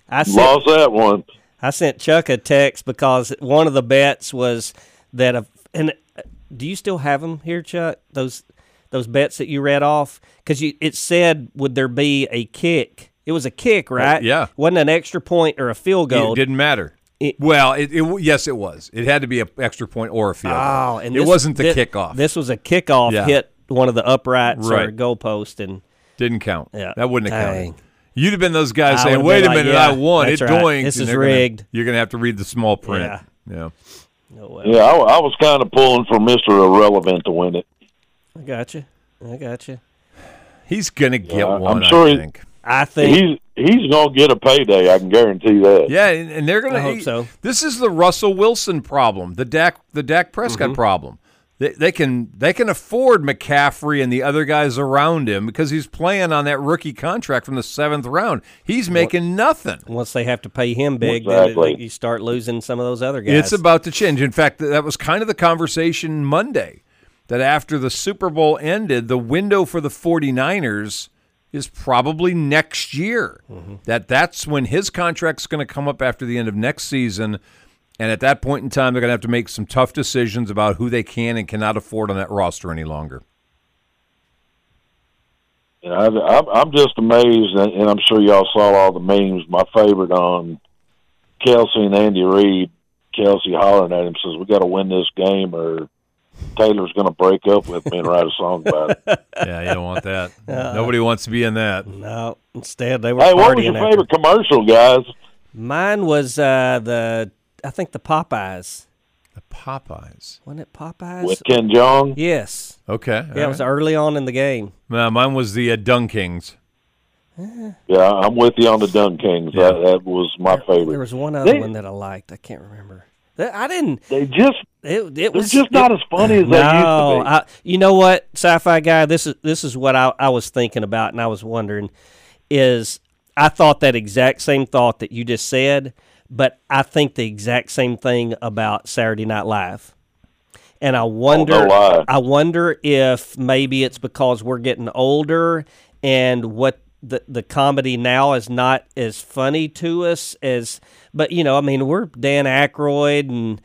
[SPEAKER 3] I sent,
[SPEAKER 10] Lost that one.
[SPEAKER 3] I sent Chuck a text because one of the bets was that a and uh, do you still have them here, Chuck? Those those bets that you read off because you it said would there be a kick? It was a kick, right?
[SPEAKER 2] Uh, yeah.
[SPEAKER 3] wasn't an extra point or a field goal.
[SPEAKER 2] It didn't matter. well, it, it yes, it was. It had to be an extra point or a field. goal.
[SPEAKER 3] Oh, and
[SPEAKER 2] it
[SPEAKER 3] this-
[SPEAKER 2] wasn't the
[SPEAKER 3] thi-
[SPEAKER 2] kickoff.
[SPEAKER 3] This was a kickoff
[SPEAKER 2] Yeah.
[SPEAKER 3] hit one of the uprights or a
[SPEAKER 2] Right.
[SPEAKER 3] goalpost, and
[SPEAKER 2] Didn't count.
[SPEAKER 3] Yeah.
[SPEAKER 2] that wouldn't have
[SPEAKER 3] Dang.
[SPEAKER 2] counted. You'd have been those guys
[SPEAKER 3] I
[SPEAKER 2] saying,
[SPEAKER 3] would've
[SPEAKER 2] "Wait
[SPEAKER 3] been
[SPEAKER 2] a
[SPEAKER 3] like,
[SPEAKER 2] minute,
[SPEAKER 3] yeah,
[SPEAKER 2] I won.
[SPEAKER 3] that's
[SPEAKER 2] it
[SPEAKER 3] right.
[SPEAKER 2] doinked."
[SPEAKER 3] This
[SPEAKER 2] And
[SPEAKER 3] is
[SPEAKER 2] they're gonna-
[SPEAKER 3] rigged.
[SPEAKER 2] you're going to have to read the small print.
[SPEAKER 3] Yeah.
[SPEAKER 2] Yeah.
[SPEAKER 10] Yeah, I, I was kind of pulling for Mr. Irrelevant to win it.
[SPEAKER 3] I got you. I got you.
[SPEAKER 2] He's going to get
[SPEAKER 10] Yeah, I'm
[SPEAKER 2] one,
[SPEAKER 10] sure
[SPEAKER 2] I
[SPEAKER 10] he-
[SPEAKER 2] think.
[SPEAKER 3] I think.
[SPEAKER 10] He's, he's going to get a payday. I can guarantee that.
[SPEAKER 2] Yeah, and, and they're going to
[SPEAKER 3] I hope so.
[SPEAKER 2] This is the Russell Wilson problem, the Dak the Dak Prescott problem. They, they can they can afford McCaffrey and the other guys around him because he's playing on that rookie contract from the seventh round. He's making nothing.
[SPEAKER 3] Once they have to pay him big, then
[SPEAKER 10] Exactly.
[SPEAKER 3] it- you start losing some of those other guys.
[SPEAKER 2] It's about to change. In fact, th- that was kind of the conversation Monday that after the Super Bowl ended, the window for the 49ers is probably next year. That that's when his contract's going to come up after the end of next season. And at that point in time, they're going to have to make some tough decisions about who they can and cannot afford on that roster any longer.
[SPEAKER 10] And I, I'm, I'm just amazed, and, and I'm sure y'all saw all the memes. My favorite on Kelsey and Andy Reid. Kelsey hollering at him says, "We got to win this game, or Taylor's going to break up with me and write a song about it."
[SPEAKER 2] Yeah, you don't want that. Nobody wants to be in that.
[SPEAKER 3] no. Instead, they were
[SPEAKER 10] hey,
[SPEAKER 3] partying.
[SPEAKER 10] what was your
[SPEAKER 3] after.
[SPEAKER 10] favorite commercial, guys?
[SPEAKER 3] Mine was uh, the I think the Popeyes.
[SPEAKER 2] Popeyes.
[SPEAKER 3] Wasn't it Popeyes?
[SPEAKER 10] With Ken Jong?
[SPEAKER 3] Yes.
[SPEAKER 2] Okay.
[SPEAKER 3] yeah, it was early on in the game.
[SPEAKER 2] Uh, mine was the uh, Dunkings.
[SPEAKER 10] Yeah, I'm with you on the Dun Kings. That, that was my
[SPEAKER 3] There
[SPEAKER 10] favorite.
[SPEAKER 3] was one other
[SPEAKER 10] They-
[SPEAKER 3] one that I liked. I can't remember. That- I didn't.
[SPEAKER 10] They just
[SPEAKER 3] It, it
[SPEAKER 10] they're
[SPEAKER 3] was
[SPEAKER 10] just
[SPEAKER 3] it-
[SPEAKER 10] not as funny as
[SPEAKER 3] no,
[SPEAKER 10] they used to be.
[SPEAKER 3] I, you know what, sci-fi guy, this is this is what I, I was thinking about, and I was wondering is I thought that exact same thought that you just said, but I think the exact same thing about Saturday Night Live, And I wonder,
[SPEAKER 10] lie.
[SPEAKER 3] I wonder if maybe it's because we're getting older and what the the comedy now is not as funny to us as. But you know, I mean, we're Dan Aykroyd and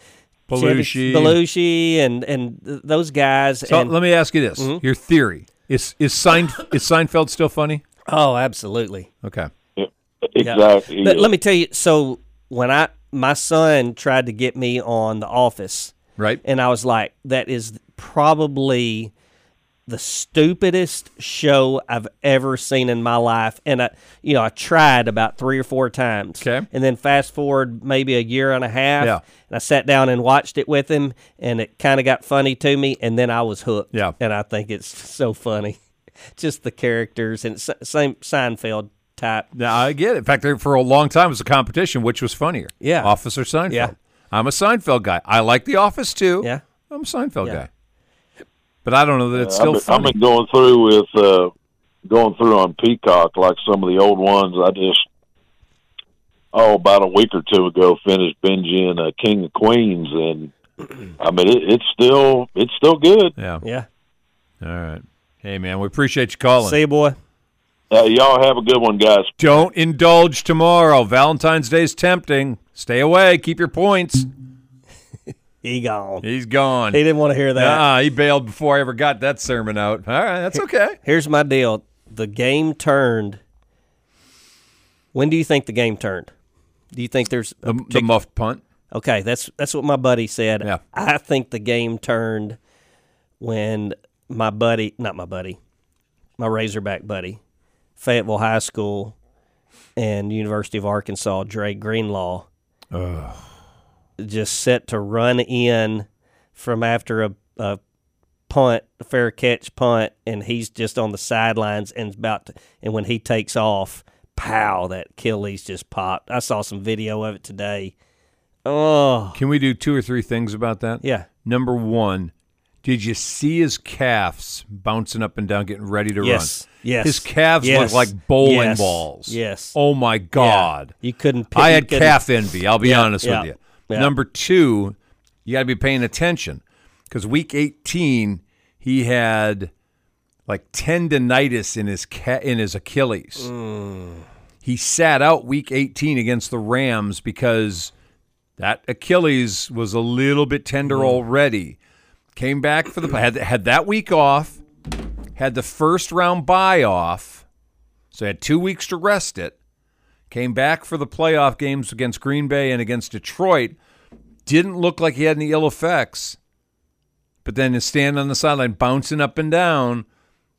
[SPEAKER 3] Chevy-
[SPEAKER 2] Belushi.
[SPEAKER 3] Belushi, and and th- those guys.
[SPEAKER 2] So
[SPEAKER 3] and,
[SPEAKER 2] let me ask you this:
[SPEAKER 3] Mhm.
[SPEAKER 2] Your theory is is Seinf- is Seinfeld still funny?
[SPEAKER 3] Oh, absolutely.
[SPEAKER 2] Okay.
[SPEAKER 3] Yeah.
[SPEAKER 10] Exactly.
[SPEAKER 3] But
[SPEAKER 10] yeah.
[SPEAKER 3] let me tell you. So when I my son tried to get me on The Office,
[SPEAKER 2] Right.
[SPEAKER 3] and I was like, that is probably the stupidest show I've ever seen in my life. And I, you know, I tried about three or four times. Okay. And then fast forward maybe a year and a half.
[SPEAKER 2] Yeah.
[SPEAKER 3] And I sat down and watched it with him, and it kind of got funny to me. And then I was hooked.
[SPEAKER 2] Yeah.
[SPEAKER 3] And I think it's so funny, just the characters and s- same Seinfeld type.
[SPEAKER 2] Now I get it. In fact, there- for a long time it was a competition, which was funnier.
[SPEAKER 3] Yeah.
[SPEAKER 2] Officer Seinfeld.
[SPEAKER 3] Yeah.
[SPEAKER 2] I'm a Seinfeld guy. I like The Office too.
[SPEAKER 3] Yeah.
[SPEAKER 2] I'm a Seinfeld
[SPEAKER 3] Yeah.
[SPEAKER 2] guy. But I don't know that it's
[SPEAKER 10] I've
[SPEAKER 2] still
[SPEAKER 10] been,
[SPEAKER 2] funny.
[SPEAKER 10] I've been going through with uh, going through on Peacock like some of the old ones. I just oh about a week or two ago finished binging uh, King of Queens, and I mean it, it's still it's still good.
[SPEAKER 2] yeah.
[SPEAKER 3] Yeah.
[SPEAKER 2] All right. Hey man, we appreciate you calling.
[SPEAKER 3] See you, boy.
[SPEAKER 10] Uh, y'all have a good one, guys.
[SPEAKER 2] Don't indulge tomorrow. Valentine's Day's tempting. Stay away. Keep your points.
[SPEAKER 3] He gone.
[SPEAKER 2] He's gone.
[SPEAKER 3] He didn't want to hear that.
[SPEAKER 2] Uh, he bailed before I ever got that sermon out. All right, that's okay.
[SPEAKER 3] Here's my deal. The game turned. When do you think the game turned? Do you think there's a
[SPEAKER 2] The, the
[SPEAKER 3] partic-
[SPEAKER 2] muffed punt.
[SPEAKER 3] Okay, that's that's what my buddy said.
[SPEAKER 2] Yeah.
[SPEAKER 3] I think the game turned when my buddy, not my buddy, my Razorback buddy, Fayetteville High School and University of Arkansas, Dre Greenlaw, just set to run in from after a, a punt, a fair catch punt, and he's just on the sidelines and about to, and when he takes off, pow, that Achilles just popped. I saw some video of it today. Oh,
[SPEAKER 2] Can we do two or three things about that?
[SPEAKER 3] Yeah.
[SPEAKER 2] Number one, did you see his calves bouncing up and down, getting ready to
[SPEAKER 3] Yes.
[SPEAKER 2] run?
[SPEAKER 3] Yes.
[SPEAKER 2] His calves
[SPEAKER 3] Yes.
[SPEAKER 2] look like bowling
[SPEAKER 3] Yes.
[SPEAKER 2] balls.
[SPEAKER 3] Yes.
[SPEAKER 2] Oh my God.
[SPEAKER 3] you couldn't pick-
[SPEAKER 2] I
[SPEAKER 3] you
[SPEAKER 2] had
[SPEAKER 3] couldn't-
[SPEAKER 2] calf envy. I'll be
[SPEAKER 3] Yeah,
[SPEAKER 2] honest
[SPEAKER 3] yeah,
[SPEAKER 2] with you.
[SPEAKER 3] yeah.
[SPEAKER 2] Number two, you got to be paying attention because week 18, he had like tendonitis in his ca- in his Achilles.
[SPEAKER 3] Mm.
[SPEAKER 2] He sat out week 18 against the Rams because that Achilles was a little bit
[SPEAKER 3] Mm.
[SPEAKER 2] tender already. Came back for the had had that week off, had the first round buy off, so had two weeks to rest it. Came back for the playoff games against Green Bay and against Detroit. Didn't look like he had any ill effects, but then his stand on the sideline, bouncing up and down,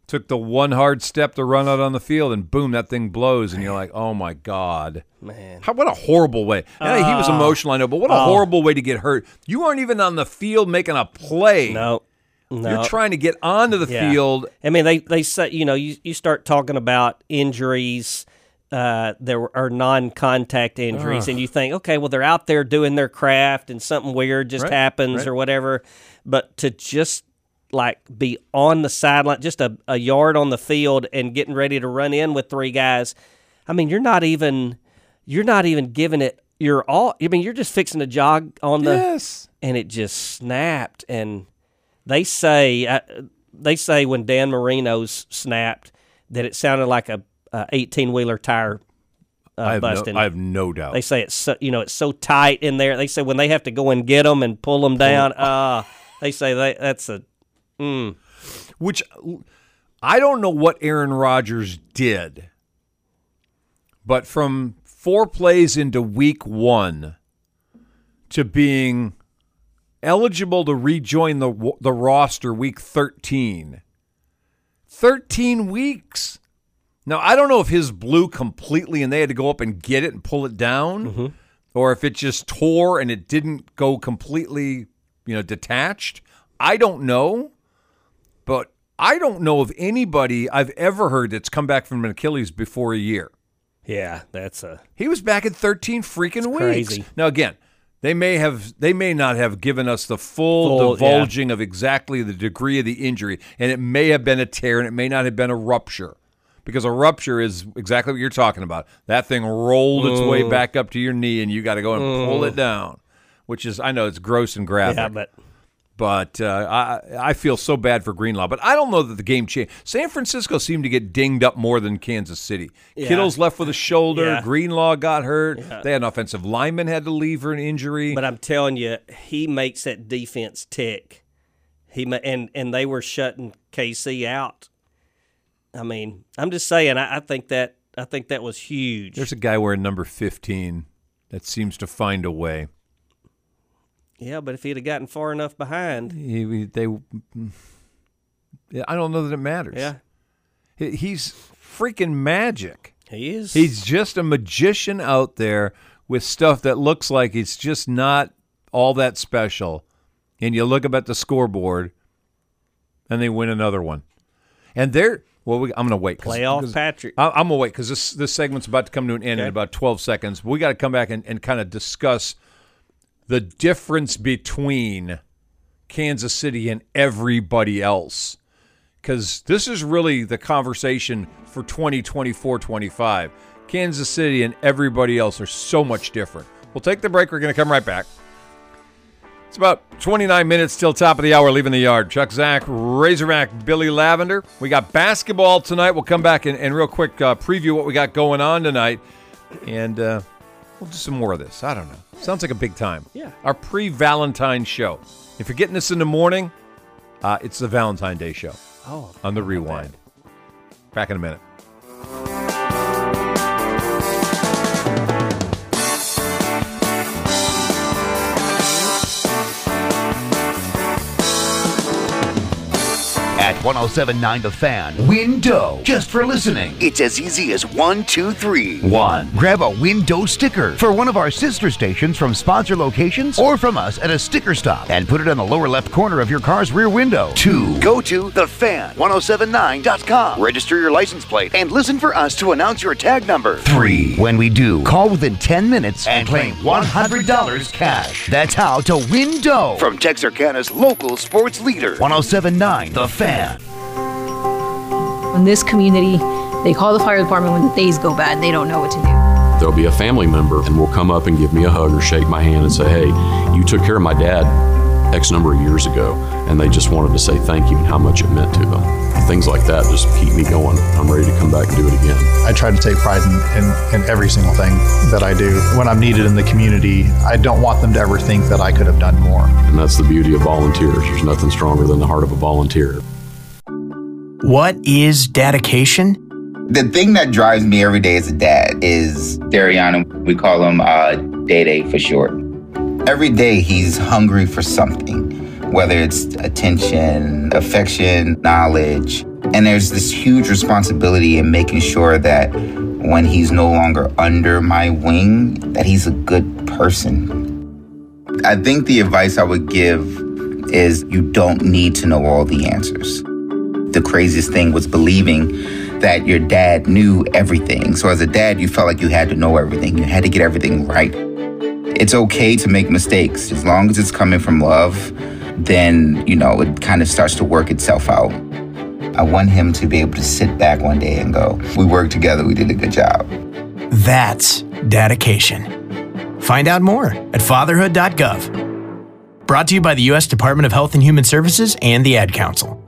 [SPEAKER 2] took the one hard step to run out on the field, and boom, that thing blows, and you're like, oh my god.
[SPEAKER 3] man.
[SPEAKER 2] How, what a horrible way. Yeah, he was
[SPEAKER 3] Oh.
[SPEAKER 2] emotional, I know, but what a
[SPEAKER 3] Oh.
[SPEAKER 2] horrible way to get hurt. You aren't even on the field making a play.
[SPEAKER 3] No. No.
[SPEAKER 2] You're trying to get onto the
[SPEAKER 3] Yeah.
[SPEAKER 2] field.
[SPEAKER 3] I mean, they, they say, you know, you, you start talking about injuries uh, that were- are non contact injuries, and you think, okay, well, they're out there doing their craft and something weird just
[SPEAKER 2] Right,
[SPEAKER 3] happens
[SPEAKER 2] right.
[SPEAKER 3] or whatever. But to just like be on the sideline, just a, a yard on the field and getting ready to run in with three guys, I mean, you're not even, you're not even giving it your all. I mean, you're just fixing a jog on the
[SPEAKER 2] Yes.
[SPEAKER 3] and it just snapped. And they say uh, they say when Dan Marino's snapped that it sounded like a eighteen wheeler tire uh,
[SPEAKER 2] I, have
[SPEAKER 3] busting.
[SPEAKER 2] no, I have no doubt.
[SPEAKER 3] they say it's so, you know it's so tight in there. They say when they have to go and get them and pull them down. Ah, they say they, that's a mm,
[SPEAKER 2] Which I don't know what Aaron Rodgers did, but from four plays into week one to being eligible to rejoin the, the roster week 13, 13 weeks. Now, I don't know if his blew completely and they had to go up and get it and pull it down, or if it just tore and it didn't go completely, you know, detached. I don't know, but I don't know of anybody I've ever heard that's come back from an Achilles before a year.
[SPEAKER 3] yeah, that's a
[SPEAKER 2] He was back in 13 freaking weeks.
[SPEAKER 3] crazy.
[SPEAKER 2] Now again, they may have they may not have given us the full,
[SPEAKER 3] Full,
[SPEAKER 2] divulging of exactly the degree of the injury and it may have been a tear and it may not have been a rupture. Because a rupture is exactly what you're talking about. That thing rolled its way back up to your knee and you got to go and pull it down, which is I know it's gross and graphic.
[SPEAKER 3] yeah, but
[SPEAKER 2] But uh, I I feel so bad for Greenlaw, but I don't know that the game changed. San Francisco seemed to get dinged up more than Kansas City.
[SPEAKER 11] Yeah.
[SPEAKER 2] Kittle's left with a shoulder.
[SPEAKER 11] Yeah.
[SPEAKER 2] Greenlaw got hurt.
[SPEAKER 3] Yeah.
[SPEAKER 2] They had an offensive lineman had to leave for an injury.
[SPEAKER 3] But I'm telling you, he makes that defense tick. He ma- and and they were shutting KC out. I mean, I'm just saying. I, I think that I think that was huge.
[SPEAKER 2] There's a guy wearing number 15 that seems to find a way.
[SPEAKER 3] Yeah, but if he'd have gotten far enough behind,
[SPEAKER 2] He, he- they, Yeah, I don't know that it matters.
[SPEAKER 3] Yeah.
[SPEAKER 2] He- he's freaking magic.
[SPEAKER 3] He is.
[SPEAKER 2] He's just a magician out there with stuff that looks like it's just not all that special. And you look up at the scoreboard, and they win another one. And they're well. We, I'm going to wait. 'cause-
[SPEAKER 3] Playoff
[SPEAKER 2] 'cause
[SPEAKER 3] Patrick.
[SPEAKER 2] I, I'm going to wait because this this segment's about to come to an end in
[SPEAKER 3] Okay.
[SPEAKER 2] about 12 seconds. We got to come back and, and kind of discuss the difference between Kansas City and everybody else. Because this is really the conversation for 2024 25. Kansas City and everybody else are so much different. We'll take the break. We're going to come right back. It's about 29 minutes till top of the hour, leaving the yard. Chuck Zach, Razorback, Billy Lavender. We got basketball tonight. We'll come back and, and real quick uh, preview what we got going on tonight. And uh, we'll do some more of this. I don't know. Sounds like a big time.
[SPEAKER 3] Yeah.
[SPEAKER 2] Our pre Valentine show. If you're getting this in the morning, uh, it's the Valentine Day show
[SPEAKER 3] Oh,
[SPEAKER 2] on the rewind. Back in a minute.
[SPEAKER 1] At 1079 The Fan, window just for listening. It's as easy as one, two, three, one. Grab a window sticker for one of our sister stations from sponsor locations or from us at a sticker stop and put it on the lower left corner of your car's rear window. Two, go to thefan1079.com. Register your license plate and listen for us to announce your tag number. Three, when we do, call within 10 minutes and claim $100 cash. That's how to window from Texarkana's local sports leader. 1079 The Fan.
[SPEAKER 12] In this community, they call the fire department when the days go bad and they don't know what to do.
[SPEAKER 13] There'll be a family member and will come up and give me a hug or shake my hand and say, Hey, you took care of my dad X number of years ago. And they just wanted to say thank you and how much it meant to them. Things like that just keep me going. I'm ready to come back and do it again.
[SPEAKER 14] I try to take pride in, in, in every single thing that I do. When I'm needed in the community, I don't want them to ever think that I could have done more.
[SPEAKER 13] And that's the beauty of volunteers. There's nothing stronger than the heart of a volunteer.
[SPEAKER 15] What is dedication?
[SPEAKER 16] The thing that drives me every day as a dad is Dariana. We call him uh, Day Day for short. Every day he's hungry for something, whether it's attention, affection, knowledge. And there's this huge responsibility in making sure that when he's no longer under my wing, that he's a good person. I think the advice I would give is you don't need to know all the answers. The craziest thing was believing that your dad knew everything. So as a dad, you felt like you had to know everything. You had to get everything right. It's okay to make mistakes. As long as it's coming from love, then, you know, it kind of starts to work itself out. I want him to be able to sit back one day and go, we worked together, we did a good job.
[SPEAKER 15] That's dedication. Find out more at fatherhood.gov. Brought to you by the U.S. Department of Health and Human Services and the Ad Council.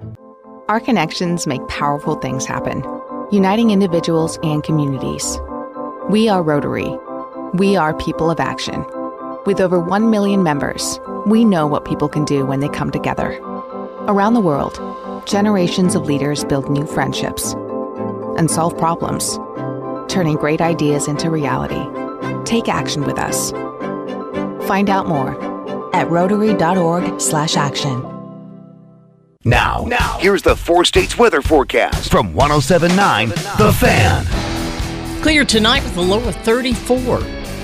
[SPEAKER 17] Our connections make powerful things happen, uniting individuals and communities. We are Rotary. We are people of action. With over 1 million members, we know what people can do when they come together. Around the world, generations of leaders build new friendships and solve problems, turning great ideas into reality. Take action with us. Find out more at rotary.org/action.
[SPEAKER 1] Now, now, here's the four states weather forecast from 1079 The Fan.
[SPEAKER 18] Clear tonight with a low of 34.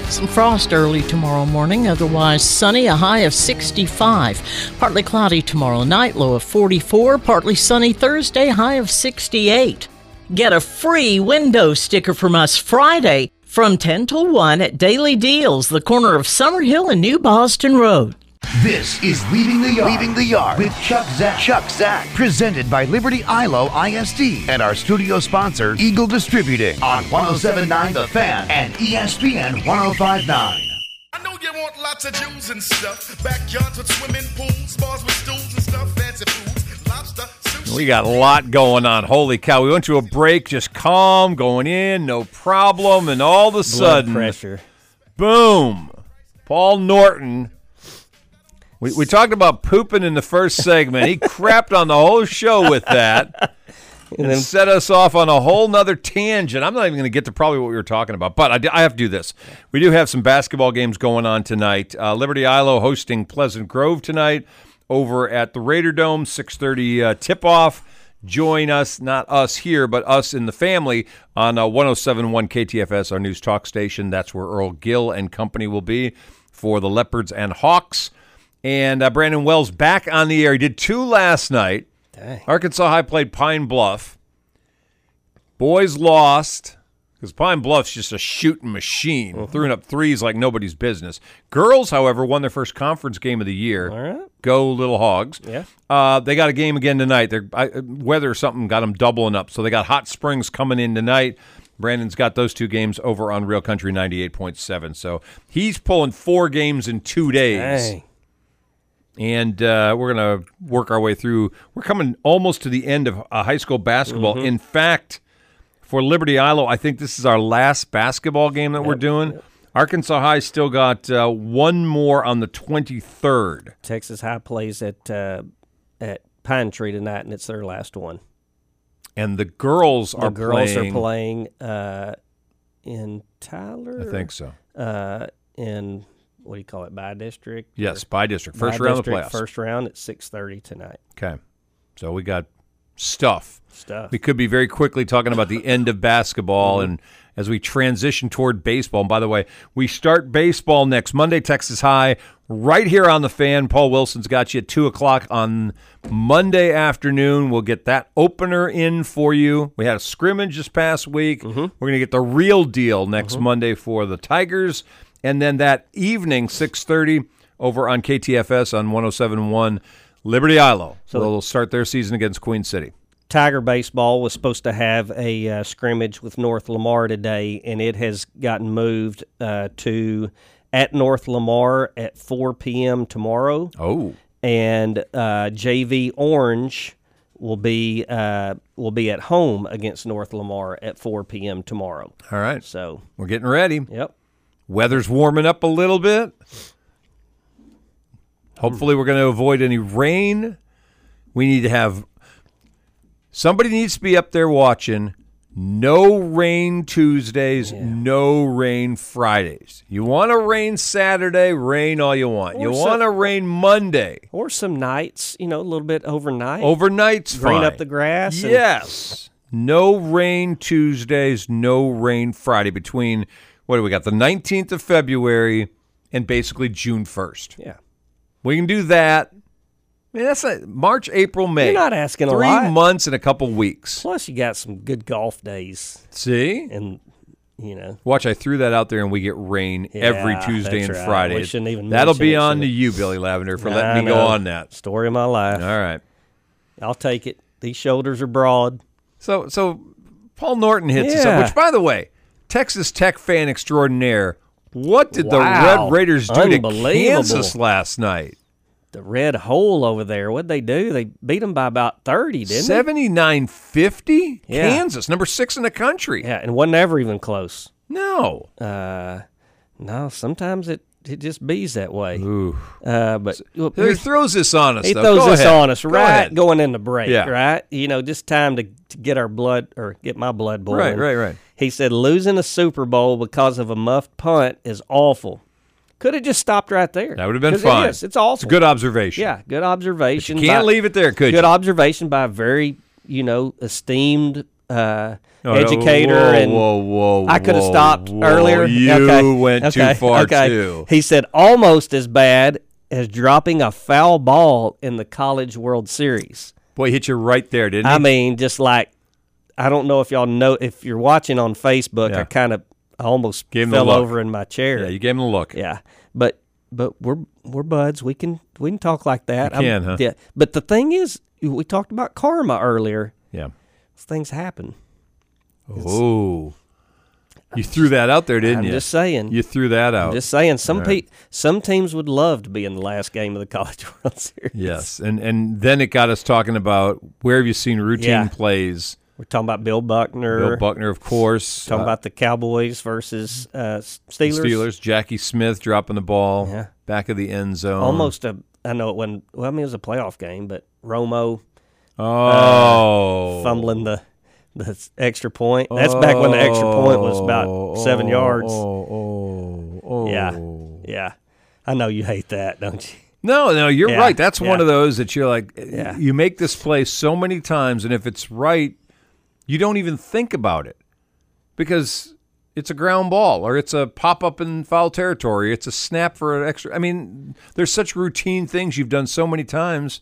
[SPEAKER 18] Some frost early tomorrow morning, otherwise sunny, a high of 65. Partly cloudy tomorrow night, low of 44. Partly sunny Thursday, high of 68. Get a free window sticker from us Friday from 10 till 1 at Daily Deals, the corner of Summer Hill and New Boston Road.
[SPEAKER 1] This is Leaving the Yard. Leaving the Yard with Chuck Zack. Chuck Zack. Presented by Liberty ILO ISD and our studio sponsor, Eagle Distributing on 1079 The Fan and E ESPN 1059.
[SPEAKER 19] I know you want lots of Jews and stuff. Backyards with swimming pools, bars with stools,
[SPEAKER 2] We got a lot going on. Holy cow. We went to a break, just calm, going in, no problem. And all of a sudden,
[SPEAKER 3] pressure.
[SPEAKER 2] boom, Paul Norton. We, we talked about pooping in the first segment. He crapped on the whole show with that. And
[SPEAKER 3] then-
[SPEAKER 2] set us off on a whole nother tangent. I'm not even going to get to probably what we were talking about, but I, d- I have to do this. We do have some basketball games going on tonight. Uh, Liberty Ilo hosting Pleasant Grove tonight over at the Raider Dome, 6:30 uh, tip-off. Join us, not us here, but us in the family on uh, 107.1 KTFS, our news talk station. That's where Earl Gill and company will be for the Leopards and Hawks. And uh, Brandon Wells back on the air. He did two last night. Arkansas High played Pine Bluff. Boys lost because Pine Bluff's just a shooting machine, throwing up threes like nobody's business. Girls, however, won their first conference game of the year. All right. Go Little Hogs.
[SPEAKER 3] Yeah.
[SPEAKER 2] Uh, they got a game again tonight. Their I- uh, weather or something got them doubling up. So they got Hot Springs coming in tonight. Brandon's got those two games over on Real Country 98.7. So he's pulling four games in two days.
[SPEAKER 3] Dang.
[SPEAKER 2] And uh, we're going to work our way through. We're coming almost to the end of uh, high school basketball.
[SPEAKER 3] Mhm.
[SPEAKER 2] In fact, for Liberty Ilo, I think this is our last basketball game that we're doing. Arkansas High still got uh, one more on the 23rd.
[SPEAKER 3] Texas High plays at uh, at Pine Tree tonight, and it's their last one.
[SPEAKER 2] And the girls
[SPEAKER 3] The
[SPEAKER 2] are
[SPEAKER 3] girls
[SPEAKER 2] playing.
[SPEAKER 3] are playing uh, in Tyler.
[SPEAKER 2] I think so.
[SPEAKER 3] Uh, in what do you call it? By district.
[SPEAKER 2] Yes,
[SPEAKER 3] Or-
[SPEAKER 2] by district. First
[SPEAKER 3] by
[SPEAKER 2] round of
[SPEAKER 3] district,
[SPEAKER 2] playoffs.
[SPEAKER 3] First round at six thirty tonight.
[SPEAKER 2] Okay. So we got stuff.
[SPEAKER 3] Stuff.
[SPEAKER 2] We could be very quickly talking about the end of basketball
[SPEAKER 3] Mhm.
[SPEAKER 2] and as we transition toward baseball. And by the way, we start baseball next Monday, Texas High, right here on the fan. Paul Wilson's got you at 2 o'clock on Monday afternoon. We'll get that opener in for you. We had a scrimmage this past week. We're going to get the real deal next Monday for the Tigers. And then that evening, 6.30, over on KTFS on 107.1, Liberty Ilo. So they'll start their season against Queen City.
[SPEAKER 3] Tiger baseball was supposed to have a uh, scrimmage with North Lamar today, and it has gotten moved uh, to at North Lamar at 4 p.m. tomorrow.
[SPEAKER 2] Oh,
[SPEAKER 3] and uh, JV Orange will be uh, will be at home against North Lamar at 4 p.m. tomorrow.
[SPEAKER 2] All right.
[SPEAKER 3] So
[SPEAKER 2] we're getting ready.
[SPEAKER 3] Yep.
[SPEAKER 2] Weather's warming up a little bit. Hopefully, we're going to avoid any rain. We need to have somebody needs to be up there watching. No rain Tuesdays, no rain Fridays. You want to rain Saturday, rain all you want. you
[SPEAKER 3] Or so-
[SPEAKER 2] want to rain Monday.
[SPEAKER 3] Or some nights, you know, a little bit overnight.
[SPEAKER 2] Overnight's
[SPEAKER 3] green
[SPEAKER 2] fine.
[SPEAKER 3] up the grass. and-
[SPEAKER 2] Yes. No rain Tuesdays, no rain Friday between what do we got? The 19th of February and basically June 1st.
[SPEAKER 3] Yeah.
[SPEAKER 2] We can do that. I mean, that's like March, April, May.
[SPEAKER 3] You're not asking a
[SPEAKER 2] Three
[SPEAKER 3] lot.
[SPEAKER 2] months and a couple weeks.
[SPEAKER 3] Plus, you got some good golf days.
[SPEAKER 2] See?
[SPEAKER 3] And you know,
[SPEAKER 2] Watch, I threw that out there and we get rain every
[SPEAKER 3] Yeah,
[SPEAKER 2] Tuesday
[SPEAKER 3] that's
[SPEAKER 2] and
[SPEAKER 3] right.
[SPEAKER 2] Friday.
[SPEAKER 3] We shouldn't even
[SPEAKER 2] That'll
[SPEAKER 3] mention
[SPEAKER 2] be
[SPEAKER 3] it,
[SPEAKER 2] on
[SPEAKER 3] should
[SPEAKER 2] to
[SPEAKER 3] we?
[SPEAKER 2] you, Billy Lavender, for
[SPEAKER 3] I
[SPEAKER 2] letting me go
[SPEAKER 3] know.
[SPEAKER 2] on that.
[SPEAKER 3] story of my life.
[SPEAKER 2] All right.
[SPEAKER 3] I'll take it. These shoulders are broad.
[SPEAKER 2] So so Paul Norton hits us up,
[SPEAKER 3] Yeah.
[SPEAKER 2] which by the way, Texas Tech fan extraordinaire. What did the
[SPEAKER 3] Wow.
[SPEAKER 2] Red Raiders do to
[SPEAKER 3] Unbelievable.
[SPEAKER 2] Kansas last night?
[SPEAKER 3] The red hole over there. What'd they do? They beat them by about thirty, didn't they?
[SPEAKER 2] 79-50?
[SPEAKER 3] Yeah.
[SPEAKER 2] Kansas, number six in the country.
[SPEAKER 3] Yeah, and wasn't ever even close.
[SPEAKER 2] No.
[SPEAKER 3] Uh, no. Sometimes it it just bees that way. Uh, but well,
[SPEAKER 2] He
[SPEAKER 3] here's-
[SPEAKER 2] throws this on us,
[SPEAKER 3] He
[SPEAKER 2] though.
[SPEAKER 3] throws
[SPEAKER 2] Go
[SPEAKER 3] this
[SPEAKER 2] ahead.
[SPEAKER 3] on us
[SPEAKER 2] Go
[SPEAKER 3] right
[SPEAKER 2] ahead.
[SPEAKER 3] going in the break.
[SPEAKER 2] Yeah.
[SPEAKER 3] Right. You know, just time to, to get our blood or get my blood boiling.
[SPEAKER 2] right, right.
[SPEAKER 3] He said losing a Super Bowl because of a muffed punt is awful. Could have just stopped right there.
[SPEAKER 2] That would have been
[SPEAKER 3] 'Cause it
[SPEAKER 2] fine.
[SPEAKER 3] is. It's awful.
[SPEAKER 2] good observation.
[SPEAKER 3] Yeah, good observation.
[SPEAKER 2] But you can't leave it there, could
[SPEAKER 3] Good
[SPEAKER 2] you?
[SPEAKER 3] observation by a very, you know, esteemed uh,
[SPEAKER 2] Oh,
[SPEAKER 3] educator.
[SPEAKER 2] whoa,
[SPEAKER 3] and
[SPEAKER 2] whoa, whoa,
[SPEAKER 3] I could have
[SPEAKER 2] whoa,
[SPEAKER 3] stopped
[SPEAKER 2] whoa.
[SPEAKER 3] earlier.
[SPEAKER 2] You
[SPEAKER 3] okay.
[SPEAKER 2] went too
[SPEAKER 3] okay,
[SPEAKER 2] far,
[SPEAKER 3] okay.
[SPEAKER 2] too.
[SPEAKER 3] He said almost as bad as dropping a foul ball in the College World Series.
[SPEAKER 2] Boy, he hit you right there, didn't he?
[SPEAKER 3] I mean, just like I don't know if y'all know if you're watching on Facebook, I kind of I almost
[SPEAKER 2] Gave him the
[SPEAKER 3] fell
[SPEAKER 2] look.
[SPEAKER 3] over in my chair.
[SPEAKER 2] Yeah, you gave him a look.
[SPEAKER 3] Yeah, but but we're we're buds. We can we can talk like that.
[SPEAKER 2] You
[SPEAKER 3] I'm-
[SPEAKER 2] can, huh?
[SPEAKER 3] Yeah, but the thing is, we talked about karma earlier.
[SPEAKER 2] Yeah.
[SPEAKER 3] things happen.
[SPEAKER 2] Oh. You threw that out there, didn't
[SPEAKER 3] I'm
[SPEAKER 2] you?
[SPEAKER 3] just saying.
[SPEAKER 2] You threw that out.
[SPEAKER 3] I'm just saying, some
[SPEAKER 2] Oh, Right.
[SPEAKER 3] pe- some teams would love to be in the last game of the College World Series.
[SPEAKER 2] Yes, and and then it got us talking about where have you seen routine
[SPEAKER 3] Yeah.
[SPEAKER 2] plays?
[SPEAKER 3] We're talking about Bill Buckner.
[SPEAKER 2] Bill Buckner, of course.
[SPEAKER 3] Talking
[SPEAKER 2] Uh,
[SPEAKER 3] about the Cowboys versus uh, S- Steelers.
[SPEAKER 2] Jackie Smith dropping the ball
[SPEAKER 3] Yeah.
[SPEAKER 2] back of the end zone.
[SPEAKER 3] Almost a. I know it wasn't. Well, I mean, it was a playoff game, but Romo. uh,
[SPEAKER 2] Oh.
[SPEAKER 3] fumbling the the s- extra point. That's back when the extra point was about seven
[SPEAKER 2] Oh,
[SPEAKER 3] yards.
[SPEAKER 2] Oh, oh,
[SPEAKER 3] Yeah, yeah. I know you hate that, don't you?
[SPEAKER 2] No, no, you're
[SPEAKER 3] Yeah,
[SPEAKER 2] right. That's one
[SPEAKER 3] yeah.
[SPEAKER 2] of those that you're like,
[SPEAKER 3] Yeah.
[SPEAKER 2] you make this play so many times, and if it's right, you don't even think about it because it's a ground ball or it's a pop up in foul territory. It's a snap for an extra. I mean, there's such routine things you've done so many times.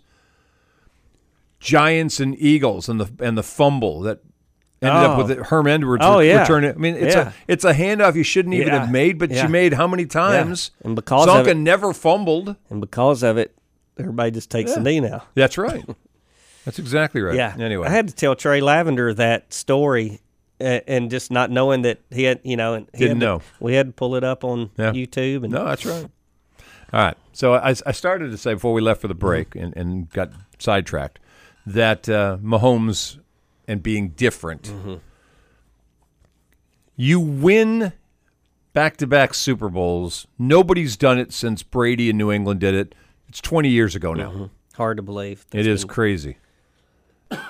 [SPEAKER 2] Giants and Eagles and the and the fumble that ended up
[SPEAKER 3] Oh.
[SPEAKER 2] with it, Herm Edwards
[SPEAKER 3] Oh,
[SPEAKER 2] re-
[SPEAKER 3] yeah.
[SPEAKER 2] returning. I mean, it's
[SPEAKER 3] Yeah.
[SPEAKER 2] a it's a handoff you shouldn't even
[SPEAKER 3] Yeah.
[SPEAKER 2] have made, but
[SPEAKER 3] Yeah.
[SPEAKER 2] you made how many times?
[SPEAKER 3] Yeah. And because of
[SPEAKER 2] Zonka
[SPEAKER 3] it-
[SPEAKER 2] never fumbled.
[SPEAKER 3] And because of it, everybody just takes a
[SPEAKER 2] Yeah.
[SPEAKER 3] knee now.
[SPEAKER 2] That's right. That's exactly right.
[SPEAKER 3] Yeah.
[SPEAKER 2] Anyway,
[SPEAKER 3] I had to tell Trey Lavender that story, uh, and just not knowing that he had, you know, and he
[SPEAKER 2] Didn't
[SPEAKER 3] had to-
[SPEAKER 2] know.
[SPEAKER 3] we had to pull it up on
[SPEAKER 2] Yeah.
[SPEAKER 3] YouTube. And
[SPEAKER 2] No, that's right. All right. So I, I started to say before we left for the break
[SPEAKER 3] Mm-hmm.
[SPEAKER 2] and, and got sidetracked that uh, Mahomes and being different.
[SPEAKER 3] Mm-hmm.
[SPEAKER 2] You win back to back Super Bowls. Nobody's done it since Brady in New England did it. It's 20 years ago
[SPEAKER 3] Mm-hmm.
[SPEAKER 2] now.
[SPEAKER 3] Hard to believe.
[SPEAKER 2] It is crazy.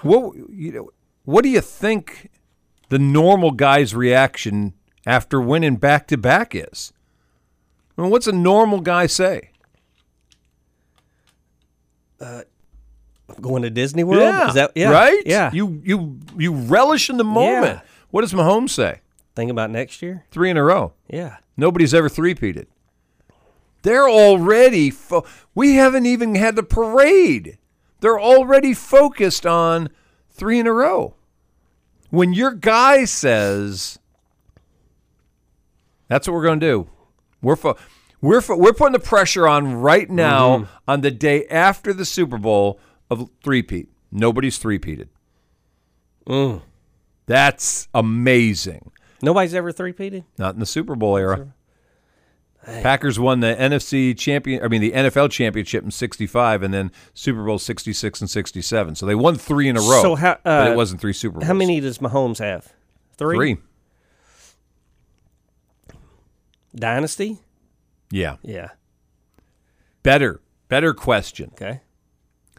[SPEAKER 2] What you know? What do you think the normal guy's reaction after winning back to back is? I mean, what's a normal guy say?
[SPEAKER 3] Going to Disney World?
[SPEAKER 2] Yeah,
[SPEAKER 3] Is that, yeah.
[SPEAKER 2] right.
[SPEAKER 3] Yeah.
[SPEAKER 2] you you you relish in the moment. What does Mahomes say?
[SPEAKER 3] Think about next year.
[SPEAKER 2] Three in a row.
[SPEAKER 3] Yeah.
[SPEAKER 2] Nobody's ever three-peated. They're already fo- we haven't even had the parade. They're already focused on three in a row. When your guy says that's what we're going to do. We're fo- we're fo- we're putting the pressure on right now
[SPEAKER 3] Mhm.
[SPEAKER 2] on the day after the Super Bowl of three-peat. Nobody's three-peated. That's amazing.
[SPEAKER 3] Mm. Nobody's ever three-peated?
[SPEAKER 2] Not in the Super Bowl era. Packers won the NFC champion, I mean the NFL championship in '65, and then Super Bowl '66 and '67. So they won three in a row.
[SPEAKER 3] So how? Uh,
[SPEAKER 2] but it wasn't three Super Bowls.
[SPEAKER 3] How many does Mahomes have? Three.
[SPEAKER 2] Three.
[SPEAKER 3] Dynasty.
[SPEAKER 2] Yeah.
[SPEAKER 3] Yeah.
[SPEAKER 2] Better, better question.
[SPEAKER 3] Okay.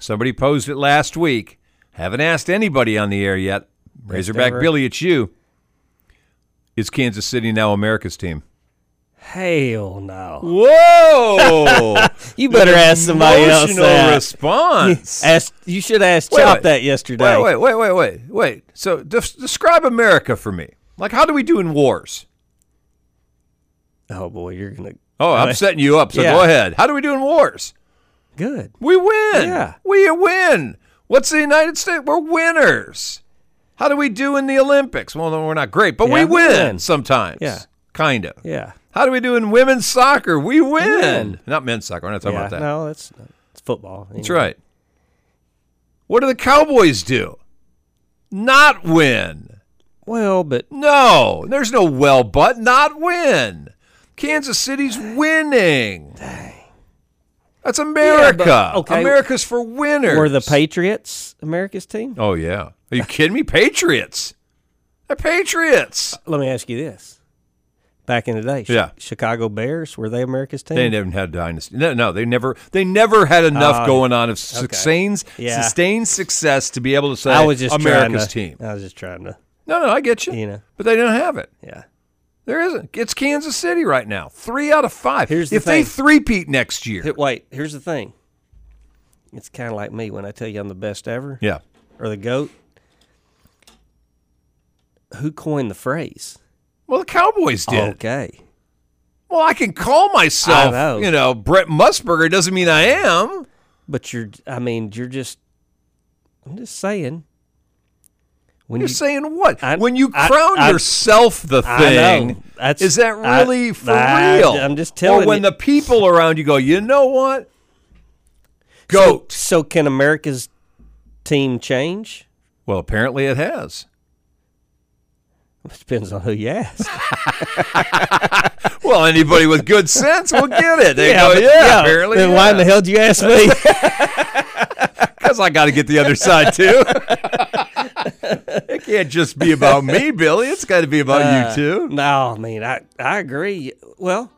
[SPEAKER 2] Somebody posed it last week. Haven't asked anybody on the air yet. Razorback
[SPEAKER 3] ever.
[SPEAKER 2] Billy, it's you. Is Kansas City now America's team?
[SPEAKER 3] Hell no.
[SPEAKER 2] Whoa!
[SPEAKER 3] you better
[SPEAKER 2] An
[SPEAKER 3] ask somebody else
[SPEAKER 2] emotional
[SPEAKER 3] that.
[SPEAKER 2] response.
[SPEAKER 3] You, ask, you should ask
[SPEAKER 2] Wait,
[SPEAKER 3] Chop
[SPEAKER 2] wait.
[SPEAKER 3] that yesterday.
[SPEAKER 2] Wait, wait, wait, wait, wait, wait. So des- describe America for me. Like, how do we do in wars?
[SPEAKER 3] Oh boy, you're gonna.
[SPEAKER 2] Oh, I'm setting you up. So
[SPEAKER 3] Uh, Yeah.
[SPEAKER 2] go ahead. How do we do in wars?
[SPEAKER 3] Good.
[SPEAKER 2] We win.
[SPEAKER 3] Yeah.
[SPEAKER 2] We win. What's the United States? We're winners. How do we do in the Olympics? Well, no, we're not great, but
[SPEAKER 3] Yeah,
[SPEAKER 2] we
[SPEAKER 3] we
[SPEAKER 2] win,
[SPEAKER 3] win.
[SPEAKER 2] sometimes.
[SPEAKER 3] Yeah.
[SPEAKER 2] Kind of.
[SPEAKER 3] Yeah.
[SPEAKER 2] How do we do in women's soccer? We win.
[SPEAKER 3] win.
[SPEAKER 2] Not men's soccer. We're not talking
[SPEAKER 3] yeah,
[SPEAKER 2] about that.
[SPEAKER 3] No, that's it's football.
[SPEAKER 2] That's right. What do the Cowboys do? Not win.
[SPEAKER 3] Well, but
[SPEAKER 2] no, there's no well, but not win. Kansas City's winning. That's America.
[SPEAKER 3] okay.
[SPEAKER 2] America's for winners.
[SPEAKER 3] Were the Patriots America's team?
[SPEAKER 2] Oh yeah. Are you kidding me? Patriots. The Patriots.
[SPEAKER 3] Let me ask you this: Back in the day, Chi-
[SPEAKER 2] Yeah.
[SPEAKER 3] Chicago Bears were they America's team?
[SPEAKER 2] They never had a dynasty. No, no, they never. They never had enough
[SPEAKER 3] Oh,
[SPEAKER 2] going on of
[SPEAKER 3] okay.
[SPEAKER 2] sustained,
[SPEAKER 3] Yeah.
[SPEAKER 2] sustained success to be able to say
[SPEAKER 3] I was just
[SPEAKER 2] America's team.
[SPEAKER 3] trying to, I was just trying to.
[SPEAKER 2] No, no, I get you.
[SPEAKER 3] You know.
[SPEAKER 2] but they don't have it.
[SPEAKER 3] Yeah.
[SPEAKER 2] There isn't. It's Kansas City right now. Three out of five.
[SPEAKER 3] Here's the
[SPEAKER 2] if they
[SPEAKER 3] thing.
[SPEAKER 2] three-peat next year.
[SPEAKER 3] Here- Wait, here's the thing. It's kind of like me when I tell you I'm the best ever.
[SPEAKER 2] Yeah.
[SPEAKER 3] Or the goat. Who coined the phrase?
[SPEAKER 2] Well, the Cowboys did.
[SPEAKER 3] Okay.
[SPEAKER 2] Well, I can call myself,
[SPEAKER 3] Oh. I know.
[SPEAKER 2] you know, Brett Musburger. Doesn't mean I am.
[SPEAKER 3] But you're. I mean, you're just. I'm just saying. When
[SPEAKER 2] You're saying what?
[SPEAKER 3] I-
[SPEAKER 2] when you
[SPEAKER 3] I-
[SPEAKER 2] crown
[SPEAKER 3] I-
[SPEAKER 2] yourself the
[SPEAKER 3] I know.
[SPEAKER 2] thing,
[SPEAKER 3] That's-
[SPEAKER 2] is that
[SPEAKER 3] I-
[SPEAKER 2] really for
[SPEAKER 3] I-
[SPEAKER 2] real?
[SPEAKER 3] I'm just telling
[SPEAKER 2] Or when
[SPEAKER 3] you.
[SPEAKER 2] the people around you go, you know what?
[SPEAKER 3] goat. So, so can America's team change?
[SPEAKER 2] Well, apparently it has.
[SPEAKER 3] Depends on who you ask.
[SPEAKER 2] Well, anybody with good sense will get it. They
[SPEAKER 3] Yeah,
[SPEAKER 2] go,
[SPEAKER 3] but-
[SPEAKER 2] yeah,
[SPEAKER 3] yeah,
[SPEAKER 2] apparently.
[SPEAKER 3] then why in the hell did you ask me?
[SPEAKER 2] Because I got to get the other side, too. it can't just be about me, Billy. It's got to be about
[SPEAKER 3] Uh,
[SPEAKER 2] you, too.
[SPEAKER 3] No, I mean I I agree. Well,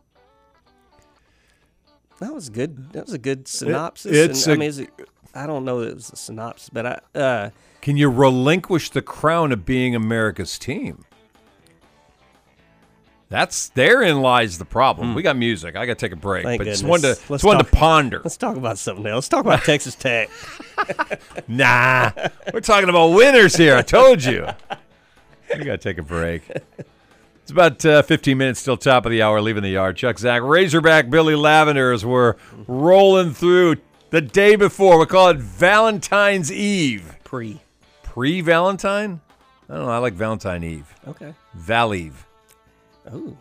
[SPEAKER 3] that was good. That was a good synopsis.
[SPEAKER 2] it's
[SPEAKER 3] and, I
[SPEAKER 2] a-
[SPEAKER 3] mean, is it, I don't know that it was a synopsis, but I uh,
[SPEAKER 2] Can you relinquish the crown of being America's team? That's therein lies the problem. We got music. I got to take a break,
[SPEAKER 3] Hmm. thank
[SPEAKER 2] but
[SPEAKER 3] goodness.
[SPEAKER 2] it's one to
[SPEAKER 3] Let's
[SPEAKER 2] it's one
[SPEAKER 3] talk-
[SPEAKER 2] to ponder.
[SPEAKER 3] Let's talk about something else. Let's talk about Texas Tech.
[SPEAKER 2] Nah, we're talking about winners here. I told you. We got to take a break. It's about uh, 15 minutes till top of the hour, leaving the yard. Chuck Zach, Razorback Billy Lavender as we're rolling through the day before. We call it Valentine's Eve.
[SPEAKER 3] Pre.
[SPEAKER 2] Pre Valentine? I don't know. I like Valentine Eve.
[SPEAKER 3] Okay.
[SPEAKER 2] Val Eve.
[SPEAKER 3] Oh.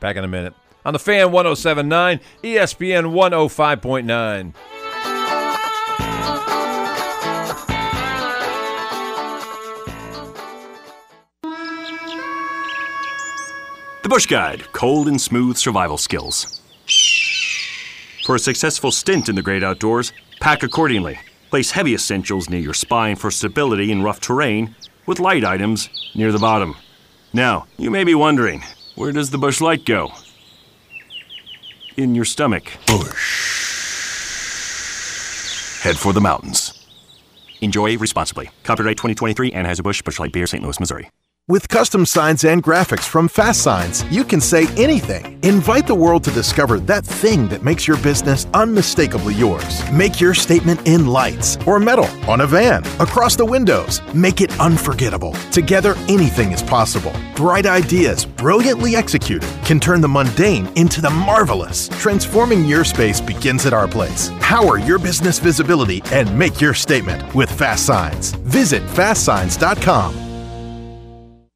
[SPEAKER 2] Back in a minute. On the fan 1079, ESPN 105.9.
[SPEAKER 11] The Bush Guide Cold and Smooth Survival Skills. For a successful stint in the great outdoors, pack accordingly. Place heavy essentials near your spine for stability in rough terrain, with light items near the bottom. Now, you may be wondering where does the bush light go? In your stomach. Bush. Head for the mountains. Enjoy responsibly. Copyright 2023 Anheuser-Busch Bushlight Beer, St. Louis, Missouri.
[SPEAKER 19] With custom signs and graphics from Fast Signs, you can say anything. Invite the world to discover that thing that makes your business unmistakably yours. Make your statement in lights or metal, on a van, across the windows. Make it unforgettable. Together, anything is possible. Bright ideas, brilliantly executed, can turn the mundane into the marvelous. Transforming your space begins at our place. Power your business visibility and make your statement with Fast Signs. Visit fastsigns.com.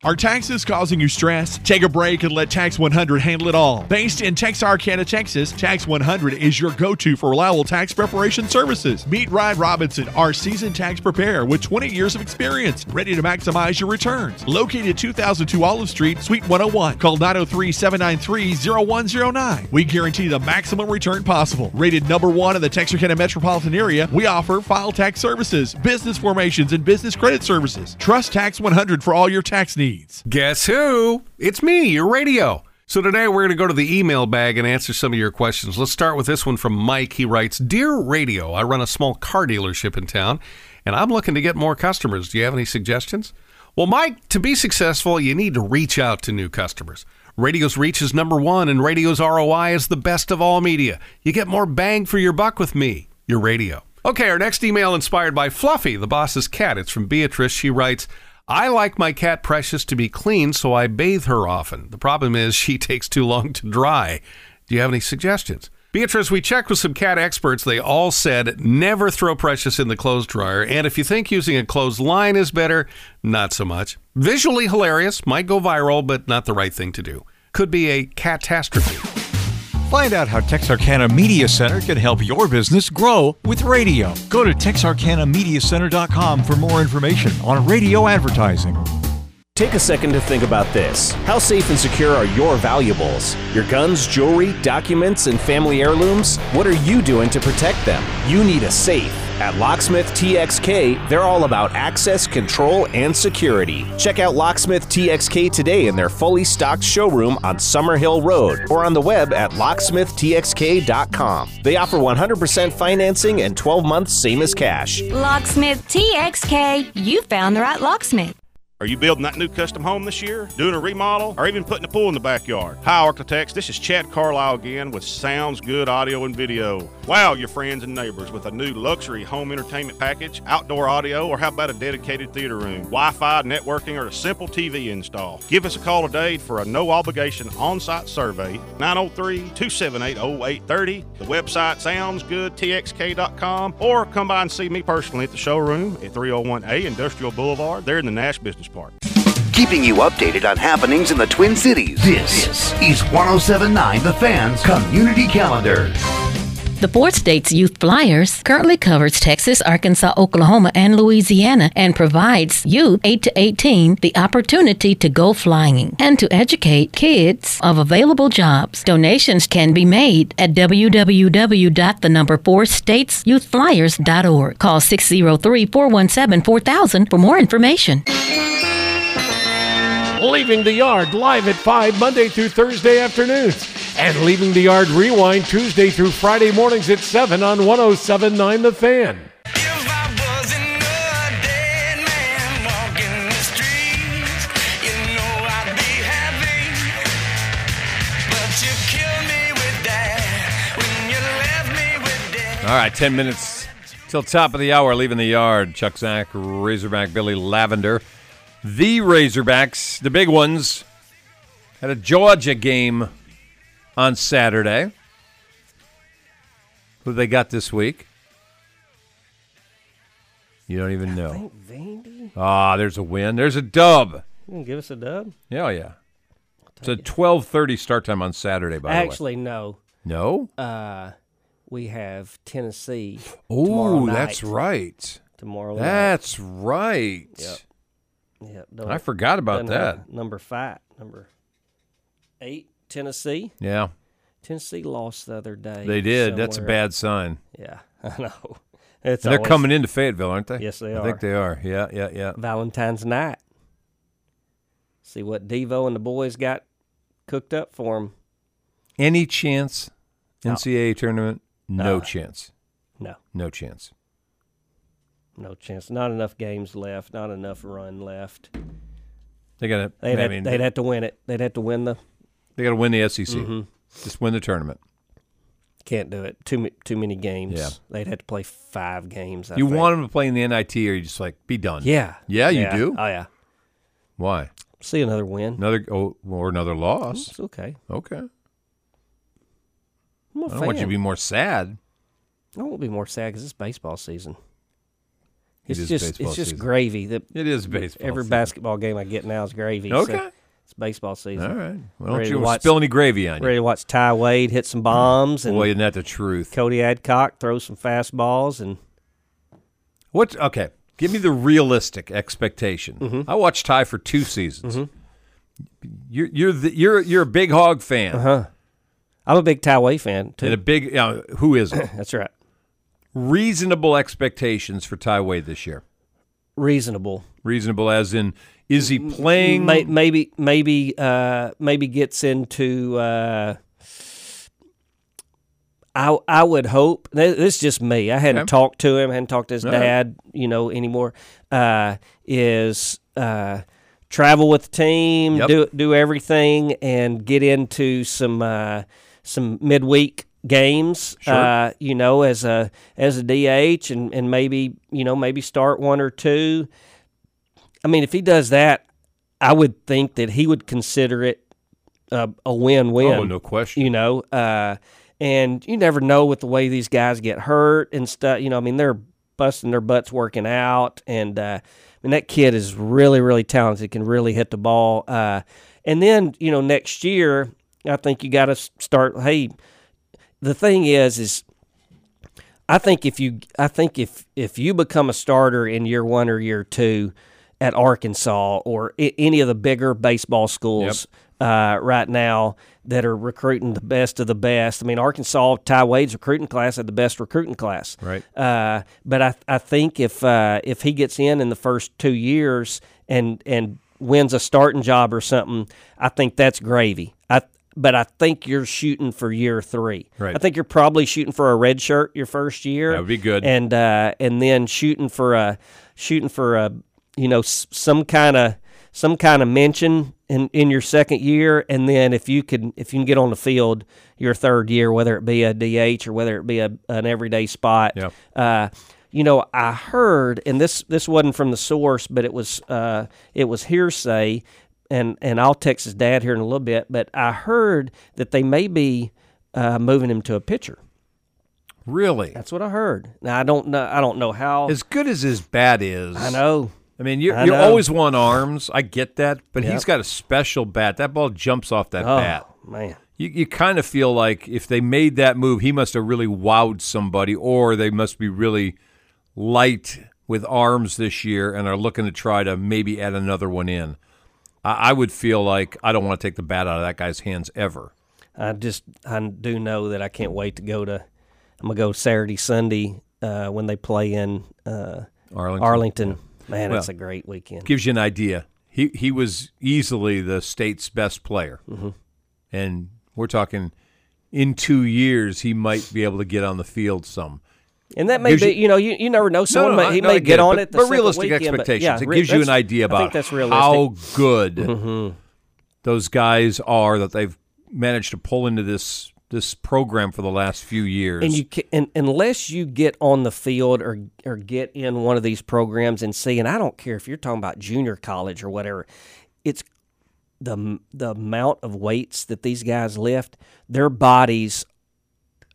[SPEAKER 20] Are taxes causing you stress? Take a break and let Tax 100 handle it all. Based in Texarkana, Texas, Tax 100 is your go to for reliable tax preparation services. Meet Ryan Robinson, our seasoned tax preparer with 20 years of experience, ready to maximize your returns. Located at 2002 Olive Street, Suite 101. Call 903 793 0109. We guarantee the maximum return possible. Rated number one in the Texarkana metropolitan area, we offer file tax services, business formations, and business credit services. Trust Tax 100 for all your tax needs.
[SPEAKER 21] Guess who? It's me, your radio. So today we're going to go to the email bag and answer some of your questions. Let's start with this one from Mike. He writes Dear Radio, I run a small car dealership in town and I'm looking to get more customers. Do you have any suggestions? Well, Mike, to be successful, you need to reach out to new customers. Radio's reach is number one, and radio's ROI is the best of all media. You get more bang for your buck with me, your radio. Okay, our next email inspired by Fluffy, the boss's cat. It's from Beatrice. She writes, I like my cat Precious to be clean, so I bathe her often. The problem is she takes too long to dry. Do you have any suggestions? Beatrice, we checked with some cat experts. They all said never throw Precious in the clothes dryer. And if you think using a clothesline is better, not so much. Visually hilarious, might go viral, but not the right thing to do. Could be a catastrophe.
[SPEAKER 22] Find out how Texarkana Media Center can help your business grow with radio. Go to texarkanamediacenter.com for more information on radio advertising.
[SPEAKER 23] Take a second to think about this. How safe and secure are your valuables? Your guns, jewelry, documents, and family heirlooms? What are you doing to protect them? You need a safe. At Locksmith TXK, they're all about access, control, and security. Check out Locksmith TXK today in their fully stocked showroom on Summerhill Road or on the web at locksmithtxk.com. They offer 100% financing and 12 months same as cash.
[SPEAKER 24] Locksmith TXK, you found the right locksmith.
[SPEAKER 25] Are you building that new custom home this year, doing a remodel, or even putting a pool in the backyard? Hi, architects. This is Chad Carlisle again with Sounds Good Audio and Video. Wow your friends and neighbors with a new luxury home entertainment package, outdoor audio, or how about a dedicated theater room, Wi Fi, networking, or a simple TV install. Give us a call today for a no obligation on site survey, 903 278 0830. The website soundsgoodtxk.com, or come by and see me personally at the showroom at 301A Industrial Boulevard. They're in the Nash Business Park.
[SPEAKER 1] Keeping you updated on happenings in the Twin oh Cities. This is 1079 The Fans Community Calendar.
[SPEAKER 4] The board states Youth Flyers currently covers Texas, Arkansas, Oklahoma, and Louisiana and provides youth 8 to 18 the opportunity to go flying and to educate kids of available jobs. Donations can be made at www.thenumber4statesyouthflyers.org. Call 603-417-4000 for more information.
[SPEAKER 26] Leaving the Yard live at 5 Monday through Thursday afternoons. And Leaving the Yard Rewind Tuesday through Friday mornings at 7 on 1079 The Fan.
[SPEAKER 2] All right, 10 minutes till top of the hour, leaving the yard. Chuck Zach, Razorback Billy Lavender. The Razorbacks, the big ones, had a Georgia game on Saturday. Who they got this week? You don't even know. Ah, there's a win. There's a dub.
[SPEAKER 3] You can give us a dub?
[SPEAKER 2] Yeah, oh, yeah. It's a 12:30 start time on Saturday, by
[SPEAKER 3] Actually,
[SPEAKER 2] the way.
[SPEAKER 3] no.
[SPEAKER 2] No?
[SPEAKER 3] Uh, we have Tennessee.
[SPEAKER 2] Oh,
[SPEAKER 3] tomorrow night.
[SPEAKER 2] that's right.
[SPEAKER 3] Tomorrow night.
[SPEAKER 2] That's right.
[SPEAKER 3] Yep. Yep.
[SPEAKER 2] I forgot about
[SPEAKER 3] doesn't have
[SPEAKER 2] that.
[SPEAKER 3] Number five, number eight, Tennessee.
[SPEAKER 2] Yeah.
[SPEAKER 3] Tennessee lost the other day.
[SPEAKER 2] They did. That's a
[SPEAKER 3] somewhere.
[SPEAKER 2] bad sign.
[SPEAKER 3] Yeah, I know. It's
[SPEAKER 2] And they're
[SPEAKER 3] always-
[SPEAKER 2] coming into Fayetteville, aren't they?
[SPEAKER 3] Yes, they
[SPEAKER 2] I think
[SPEAKER 3] are.
[SPEAKER 2] they are. Yeah, yeah, yeah.
[SPEAKER 3] Valentine's night. See what Devo and the boys got cooked up for them.
[SPEAKER 2] Any chance NCAA tournament? No
[SPEAKER 3] Uh,
[SPEAKER 2] chance.
[SPEAKER 3] no.
[SPEAKER 2] No chance.
[SPEAKER 3] No chance. Not enough games left. Not enough run left.
[SPEAKER 2] They got to.
[SPEAKER 3] They'd,
[SPEAKER 2] I
[SPEAKER 3] have,
[SPEAKER 2] mean,
[SPEAKER 3] they'd have to win it. They'd have to win the.
[SPEAKER 2] they got to win the SEC.
[SPEAKER 3] Mhm.
[SPEAKER 2] Just win the tournament.
[SPEAKER 3] Can't do it. Too ma- too many games.
[SPEAKER 2] Yeah.
[SPEAKER 3] They'd have to play five games. I
[SPEAKER 2] you
[SPEAKER 3] think.
[SPEAKER 2] want them to play in the NIT, or you just like be done.
[SPEAKER 3] Yeah.
[SPEAKER 2] Yeah, you
[SPEAKER 3] Yeah.
[SPEAKER 2] do.
[SPEAKER 3] Oh yeah.
[SPEAKER 2] Why?
[SPEAKER 3] See another win.
[SPEAKER 2] Another oh, or another loss.
[SPEAKER 3] It's okay.
[SPEAKER 2] Okay.
[SPEAKER 3] I'm a
[SPEAKER 2] I don't want you to
[SPEAKER 3] fan.
[SPEAKER 2] be more sad.
[SPEAKER 3] I won't be more sad because it's baseball season.
[SPEAKER 2] It
[SPEAKER 3] It's
[SPEAKER 2] is
[SPEAKER 3] just
[SPEAKER 2] baseball
[SPEAKER 3] it's just
[SPEAKER 2] season.
[SPEAKER 3] gravy. That
[SPEAKER 2] It is baseball
[SPEAKER 3] Every
[SPEAKER 2] season.
[SPEAKER 3] basketball game I get now is gravy. so
[SPEAKER 2] Okay.
[SPEAKER 3] it's baseball season.
[SPEAKER 2] All right. Well, don't
[SPEAKER 3] Ready to
[SPEAKER 2] you
[SPEAKER 3] watch-
[SPEAKER 2] spill any gavy on you.
[SPEAKER 3] Ready to watch Ty Wade hit some bombs and
[SPEAKER 2] Boy, isn't that the truth?
[SPEAKER 3] Cody Adcock throw some fastballs and
[SPEAKER 2] What? Okay, give me the realistic expectation.
[SPEAKER 3] Mm-hmm.
[SPEAKER 2] I watched Ty for two seasons. You're you're the, you're you're a big hog fan.
[SPEAKER 3] Uh-huh. I'm a big Ty Wade fan too.
[SPEAKER 2] And a big uh, who is it?
[SPEAKER 3] That's right.
[SPEAKER 2] Reasonable expectations for Ty Wade this year.
[SPEAKER 3] Reasonable.
[SPEAKER 2] Reasonable as in is he
[SPEAKER 3] Mm,
[SPEAKER 2] playing?
[SPEAKER 3] May- maybe maybe uh, maybe gets into. Uh, I I would hope th- this is just me. I hadn't
[SPEAKER 5] Okay.
[SPEAKER 3] talked to him. hadn't talked to his
[SPEAKER 5] All right.
[SPEAKER 3] dad. You know anymore. Uh, is uh, travel with the team,
[SPEAKER 5] Yep.
[SPEAKER 3] do do everything, and get into some uh, some midweek games.
[SPEAKER 5] Sure.
[SPEAKER 3] Uh, you know, as a as a DH, and and maybe you know maybe start one or two. I mean, if he does that, I would think that he would consider it uh, a win-win.
[SPEAKER 2] Oh, no question.
[SPEAKER 3] You know, uh, and you never know with the way these guys get hurt and stuff. You know, I mean, they're busting their butts working out, and uh, I mean that kid is really, really talented. Can really hit the ball. Uh, and then you know, next year, I think you got to start. Hey, the thing is, is I think if you I think if if you become a starter in year one or year two at Arkansas or I- any of the bigger baseball schools uh, right now that are recruiting the best of the best. I mean, Arkansas Ty Wade's recruiting class had the best recruiting class.
[SPEAKER 2] Right.
[SPEAKER 3] Uh, but I I think if uh, if he gets in in the first two years and and wins a starting job or something, I think that's gravy. I but I think you're shooting for year three.
[SPEAKER 2] Right.
[SPEAKER 3] I think you're probably shooting for a red shirt your first year.
[SPEAKER 2] That would be good.
[SPEAKER 3] And uh, and then shooting for a shooting for a you know s- some kind of some kind of mention in, in your second year, and then if you can if you can get on the field your third year, whether it be a DH or whether it be a, an everyday spot. Uh, you know, I heard, and this this wasn't from the source, but it was uh, it was hearsay, and and I'll text his dad here in a little bit. But I heard that they may be uh, moving him to a pitcher.
[SPEAKER 2] Really?
[SPEAKER 3] That's what I heard. Now I don't know. I don't know how.
[SPEAKER 2] As good as his bat is,
[SPEAKER 3] I know.
[SPEAKER 2] I mean, you
[SPEAKER 3] I
[SPEAKER 2] you
[SPEAKER 3] know.
[SPEAKER 2] always want arms. I get that, but
[SPEAKER 3] Yep.
[SPEAKER 2] he's got a special bat. That ball jumps off that
[SPEAKER 3] Oh,
[SPEAKER 2] bat.
[SPEAKER 3] man.
[SPEAKER 2] You, you kind of feel like if they made that move, he must have really wowed somebody, or they must be really light with arms this year and are looking to try to maybe add another one in. I, I would feel like I don't want to take the bat out of that guy's hands ever.
[SPEAKER 3] I just I do know that I can't wait to go to. I'm gonna go Saturday, Sunday uh, when they play in uh,
[SPEAKER 2] Arlington.
[SPEAKER 3] Man,
[SPEAKER 2] Well,
[SPEAKER 3] it's a great weekend.
[SPEAKER 2] Gives you an idea. He he was easily the state's best player,
[SPEAKER 3] Mm-hmm.
[SPEAKER 2] and we're talking in two years he might be able to get on the field some.
[SPEAKER 3] And that may
[SPEAKER 2] Gives
[SPEAKER 3] be,
[SPEAKER 2] you-
[SPEAKER 3] you, know, you, you never know. Someone
[SPEAKER 2] no,
[SPEAKER 3] may, he
[SPEAKER 2] no, I
[SPEAKER 3] may
[SPEAKER 2] get
[SPEAKER 3] get on
[SPEAKER 2] but-
[SPEAKER 3] it. The
[SPEAKER 2] but
[SPEAKER 3] second
[SPEAKER 2] realistic
[SPEAKER 3] weekend, but
[SPEAKER 2] expectations.
[SPEAKER 3] yeah,
[SPEAKER 2] it
[SPEAKER 3] re-
[SPEAKER 2] gives you an
[SPEAKER 3] that's-
[SPEAKER 2] idea about
[SPEAKER 3] I think that's realistic.
[SPEAKER 2] how good
[SPEAKER 3] Mhm.
[SPEAKER 2] those guys are that they've managed to pull into this this program for the last few years.
[SPEAKER 3] And you can, and, unless you get on the field or or get in one of these programs and see, and I don't care if you're talking about junior college or whatever, it's the the amount of weights that these guys lift. Their bodies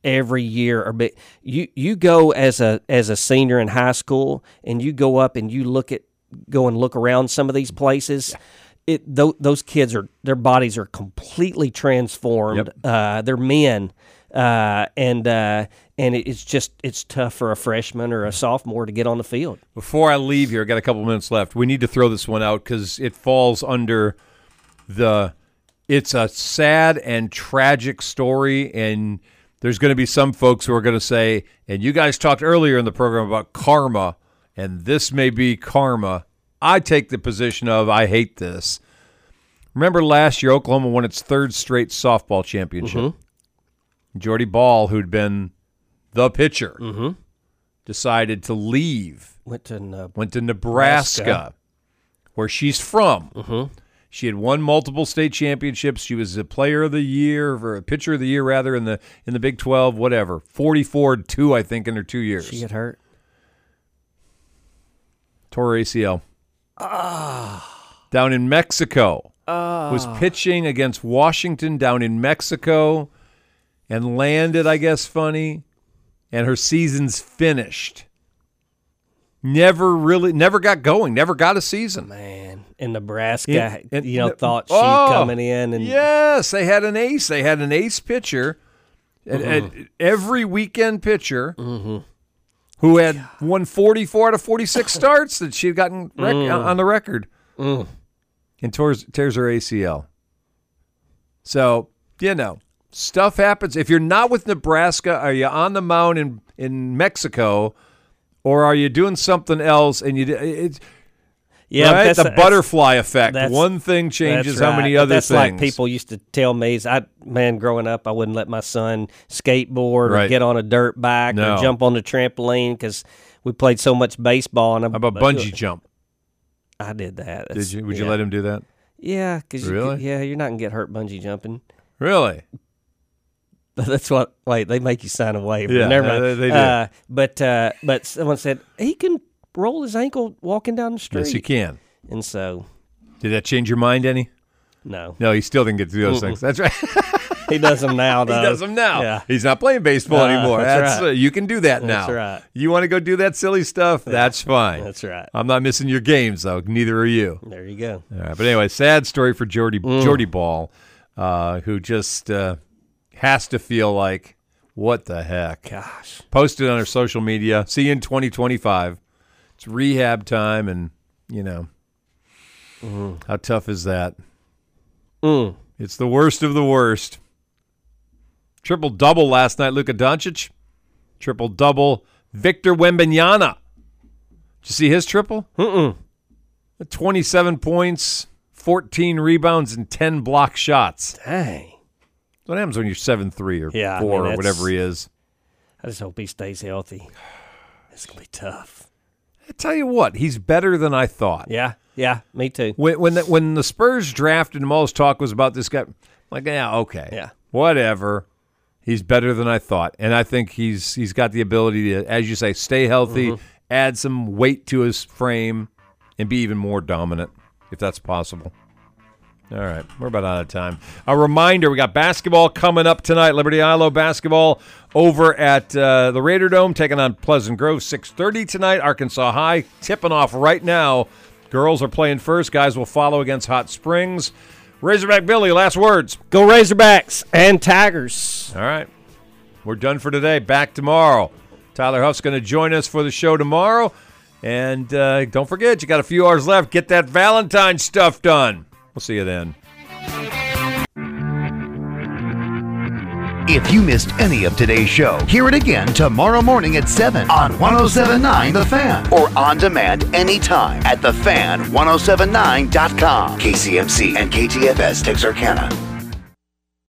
[SPEAKER 3] every year or bit you you go as a as a senior in high school and you go up and you look at go and look around some of these places it tho- those kids are their bodies are completely transformed uh, they're men uh, and uh, and it, it's just it's tough for a freshman or a sophomore to get on the field
[SPEAKER 2] Before I leave here, I got a couple minutes left. We need to throw this one out because it falls under the. It's a sad and tragic story, and there's going to be some folks who are going to say, and you guys talked earlier in the program about karma, and this may be karma. I take the position of I hate this. Remember last year, Oklahoma won its third straight softball championship. Jordy Ball, who'd been the pitcher, decided to leave.
[SPEAKER 3] Went to Neb-
[SPEAKER 2] went to Nebraska,
[SPEAKER 3] Nebraska. Mm-hmm.
[SPEAKER 2] where she's from. She had won multiple state championships. She was a player of the year or a pitcher of the year rather in the in the Big Twelve, whatever. Forty four two, I think, in her two years. She
[SPEAKER 3] get hurt.
[SPEAKER 2] Tore ACL. Down in Mexico. Was
[SPEAKER 3] Ah.
[SPEAKER 2] pitching against Washington down in Mexico and landed, I guess, funny. And her season's finished. Never really, never got going. Never got a season.
[SPEAKER 3] Man, in Nebraska,
[SPEAKER 2] Yeah,
[SPEAKER 3] you know, thought she
[SPEAKER 2] oh,
[SPEAKER 3] coming in and
[SPEAKER 2] yes, they had an ace. They had an ace pitcher, and, and
[SPEAKER 3] Mm-hmm.
[SPEAKER 2] every weekend pitcher who had won forty four out of forty six starts that she had gotten rec-
[SPEAKER 3] Mm.
[SPEAKER 2] on the record, and tears tears her ACL. So you know, stuff happens. If you're not with Nebraska, are you on the mound in in Mexico? Or are you doing something else? And you, it's
[SPEAKER 3] Yeah, but
[SPEAKER 2] right?
[SPEAKER 3] that's-
[SPEAKER 2] the
[SPEAKER 3] that's-
[SPEAKER 2] butterfly effect.
[SPEAKER 3] that's-
[SPEAKER 2] One thing changes
[SPEAKER 3] that's
[SPEAKER 2] how
[SPEAKER 3] right.
[SPEAKER 2] many other
[SPEAKER 3] that's
[SPEAKER 2] things.
[SPEAKER 3] like people used to tell me. is I man, growing up, I wouldn't let my son skateboard
[SPEAKER 2] Right.
[SPEAKER 3] or get on a dirt bike
[SPEAKER 2] No.
[SPEAKER 3] or jump on the trampoline because we played so much baseball. And I'm,
[SPEAKER 2] How about bungee jump?
[SPEAKER 3] I did that.
[SPEAKER 2] Did
[SPEAKER 3] That's-
[SPEAKER 2] you? Would you
[SPEAKER 3] yeah.
[SPEAKER 2] let him do that?
[SPEAKER 3] Yeah, because
[SPEAKER 2] Really?
[SPEAKER 3] yeah, you're not gonna get hurt bungee jumping.
[SPEAKER 2] Really?
[SPEAKER 3] That's what. Wait, they make you sign a waiver.
[SPEAKER 2] Yeah,
[SPEAKER 3] Never
[SPEAKER 2] uh,
[SPEAKER 3] mind.
[SPEAKER 2] they- they do.
[SPEAKER 3] Uh, but uh, but someone said he can roll his ankle walking down the street.
[SPEAKER 2] Yes, you can.
[SPEAKER 3] And so,
[SPEAKER 2] did that change your mind any?
[SPEAKER 3] No.
[SPEAKER 2] No, he still didn't get to do those
[SPEAKER 3] Mm-mm.
[SPEAKER 2] things. That's right.
[SPEAKER 3] he does them now.
[SPEAKER 2] he
[SPEAKER 3] Though
[SPEAKER 2] does them now.
[SPEAKER 3] Yeah.
[SPEAKER 2] He's not playing baseball
[SPEAKER 3] Uh,
[SPEAKER 2] anymore.
[SPEAKER 3] that's
[SPEAKER 2] That's,
[SPEAKER 3] right.
[SPEAKER 2] uh, you can do that now.
[SPEAKER 3] That's right.
[SPEAKER 2] You want to go do that silly stuff? That's fine.
[SPEAKER 3] That's right.
[SPEAKER 2] I'm not missing your games though. Neither are you.
[SPEAKER 3] There you go.
[SPEAKER 2] All right. But anyway, sad story for Jordy Jordy Ball, uh, who just uh, has to feel like, what the heck?
[SPEAKER 3] Gosh.
[SPEAKER 2] Posted on her social media. See you in 2025. It's rehab time, and you know how tough is that? It's the worst of the worst. Triple double last night, Luka Doncic. Triple double, Victor Wembanyama. Did you see his triple? Mm-mm. 27 points, 14 rebounds, and 10 block shots.
[SPEAKER 3] Dang.
[SPEAKER 2] What happens when you're 7 3 or
[SPEAKER 3] Yeah, I
[SPEAKER 2] 4
[SPEAKER 3] mean,
[SPEAKER 2] or whatever
[SPEAKER 3] that's-
[SPEAKER 2] he is?
[SPEAKER 3] I just hope he stays healthy. It's gonna be tough.
[SPEAKER 2] I tell you what, he's better than I thought.
[SPEAKER 3] Yeah, yeah, me too.
[SPEAKER 2] When when the, when the Spurs drafted him, all his talk was about this guy. I'm like, yeah, okay,
[SPEAKER 3] Yeah.
[SPEAKER 2] whatever. He's better than I thought, and I think he's he's got the ability to, as you say, stay healthy,
[SPEAKER 3] Mhm.
[SPEAKER 2] add some weight to his frame, and be even more dominant if that's possible. All right, we're about out of time. A reminder: we got basketball coming up tonight. Liberty Ilo basketball over at uh, the Raider Dome, taking on Pleasant Grove, six thirty tonight. Arkansas High tipping off right now. Girls are playing first. Guys will follow against Hot Springs. Razorback Billy, last words.
[SPEAKER 3] Go Razorbacks and Tigers.
[SPEAKER 2] All right. We're done for today. Back tomorrow. Tyler Huff's going to join us for the show tomorrow. And uh, don't forget, you got a few hours left. Get that Valentine stuff done. We'll see you then.
[SPEAKER 1] If you missed any of today's show, hear it again tomorrow morning at 7 on 1079 The Fan or on demand oh anytime at thefan1079.com. KCMC and KTFS Texarkana.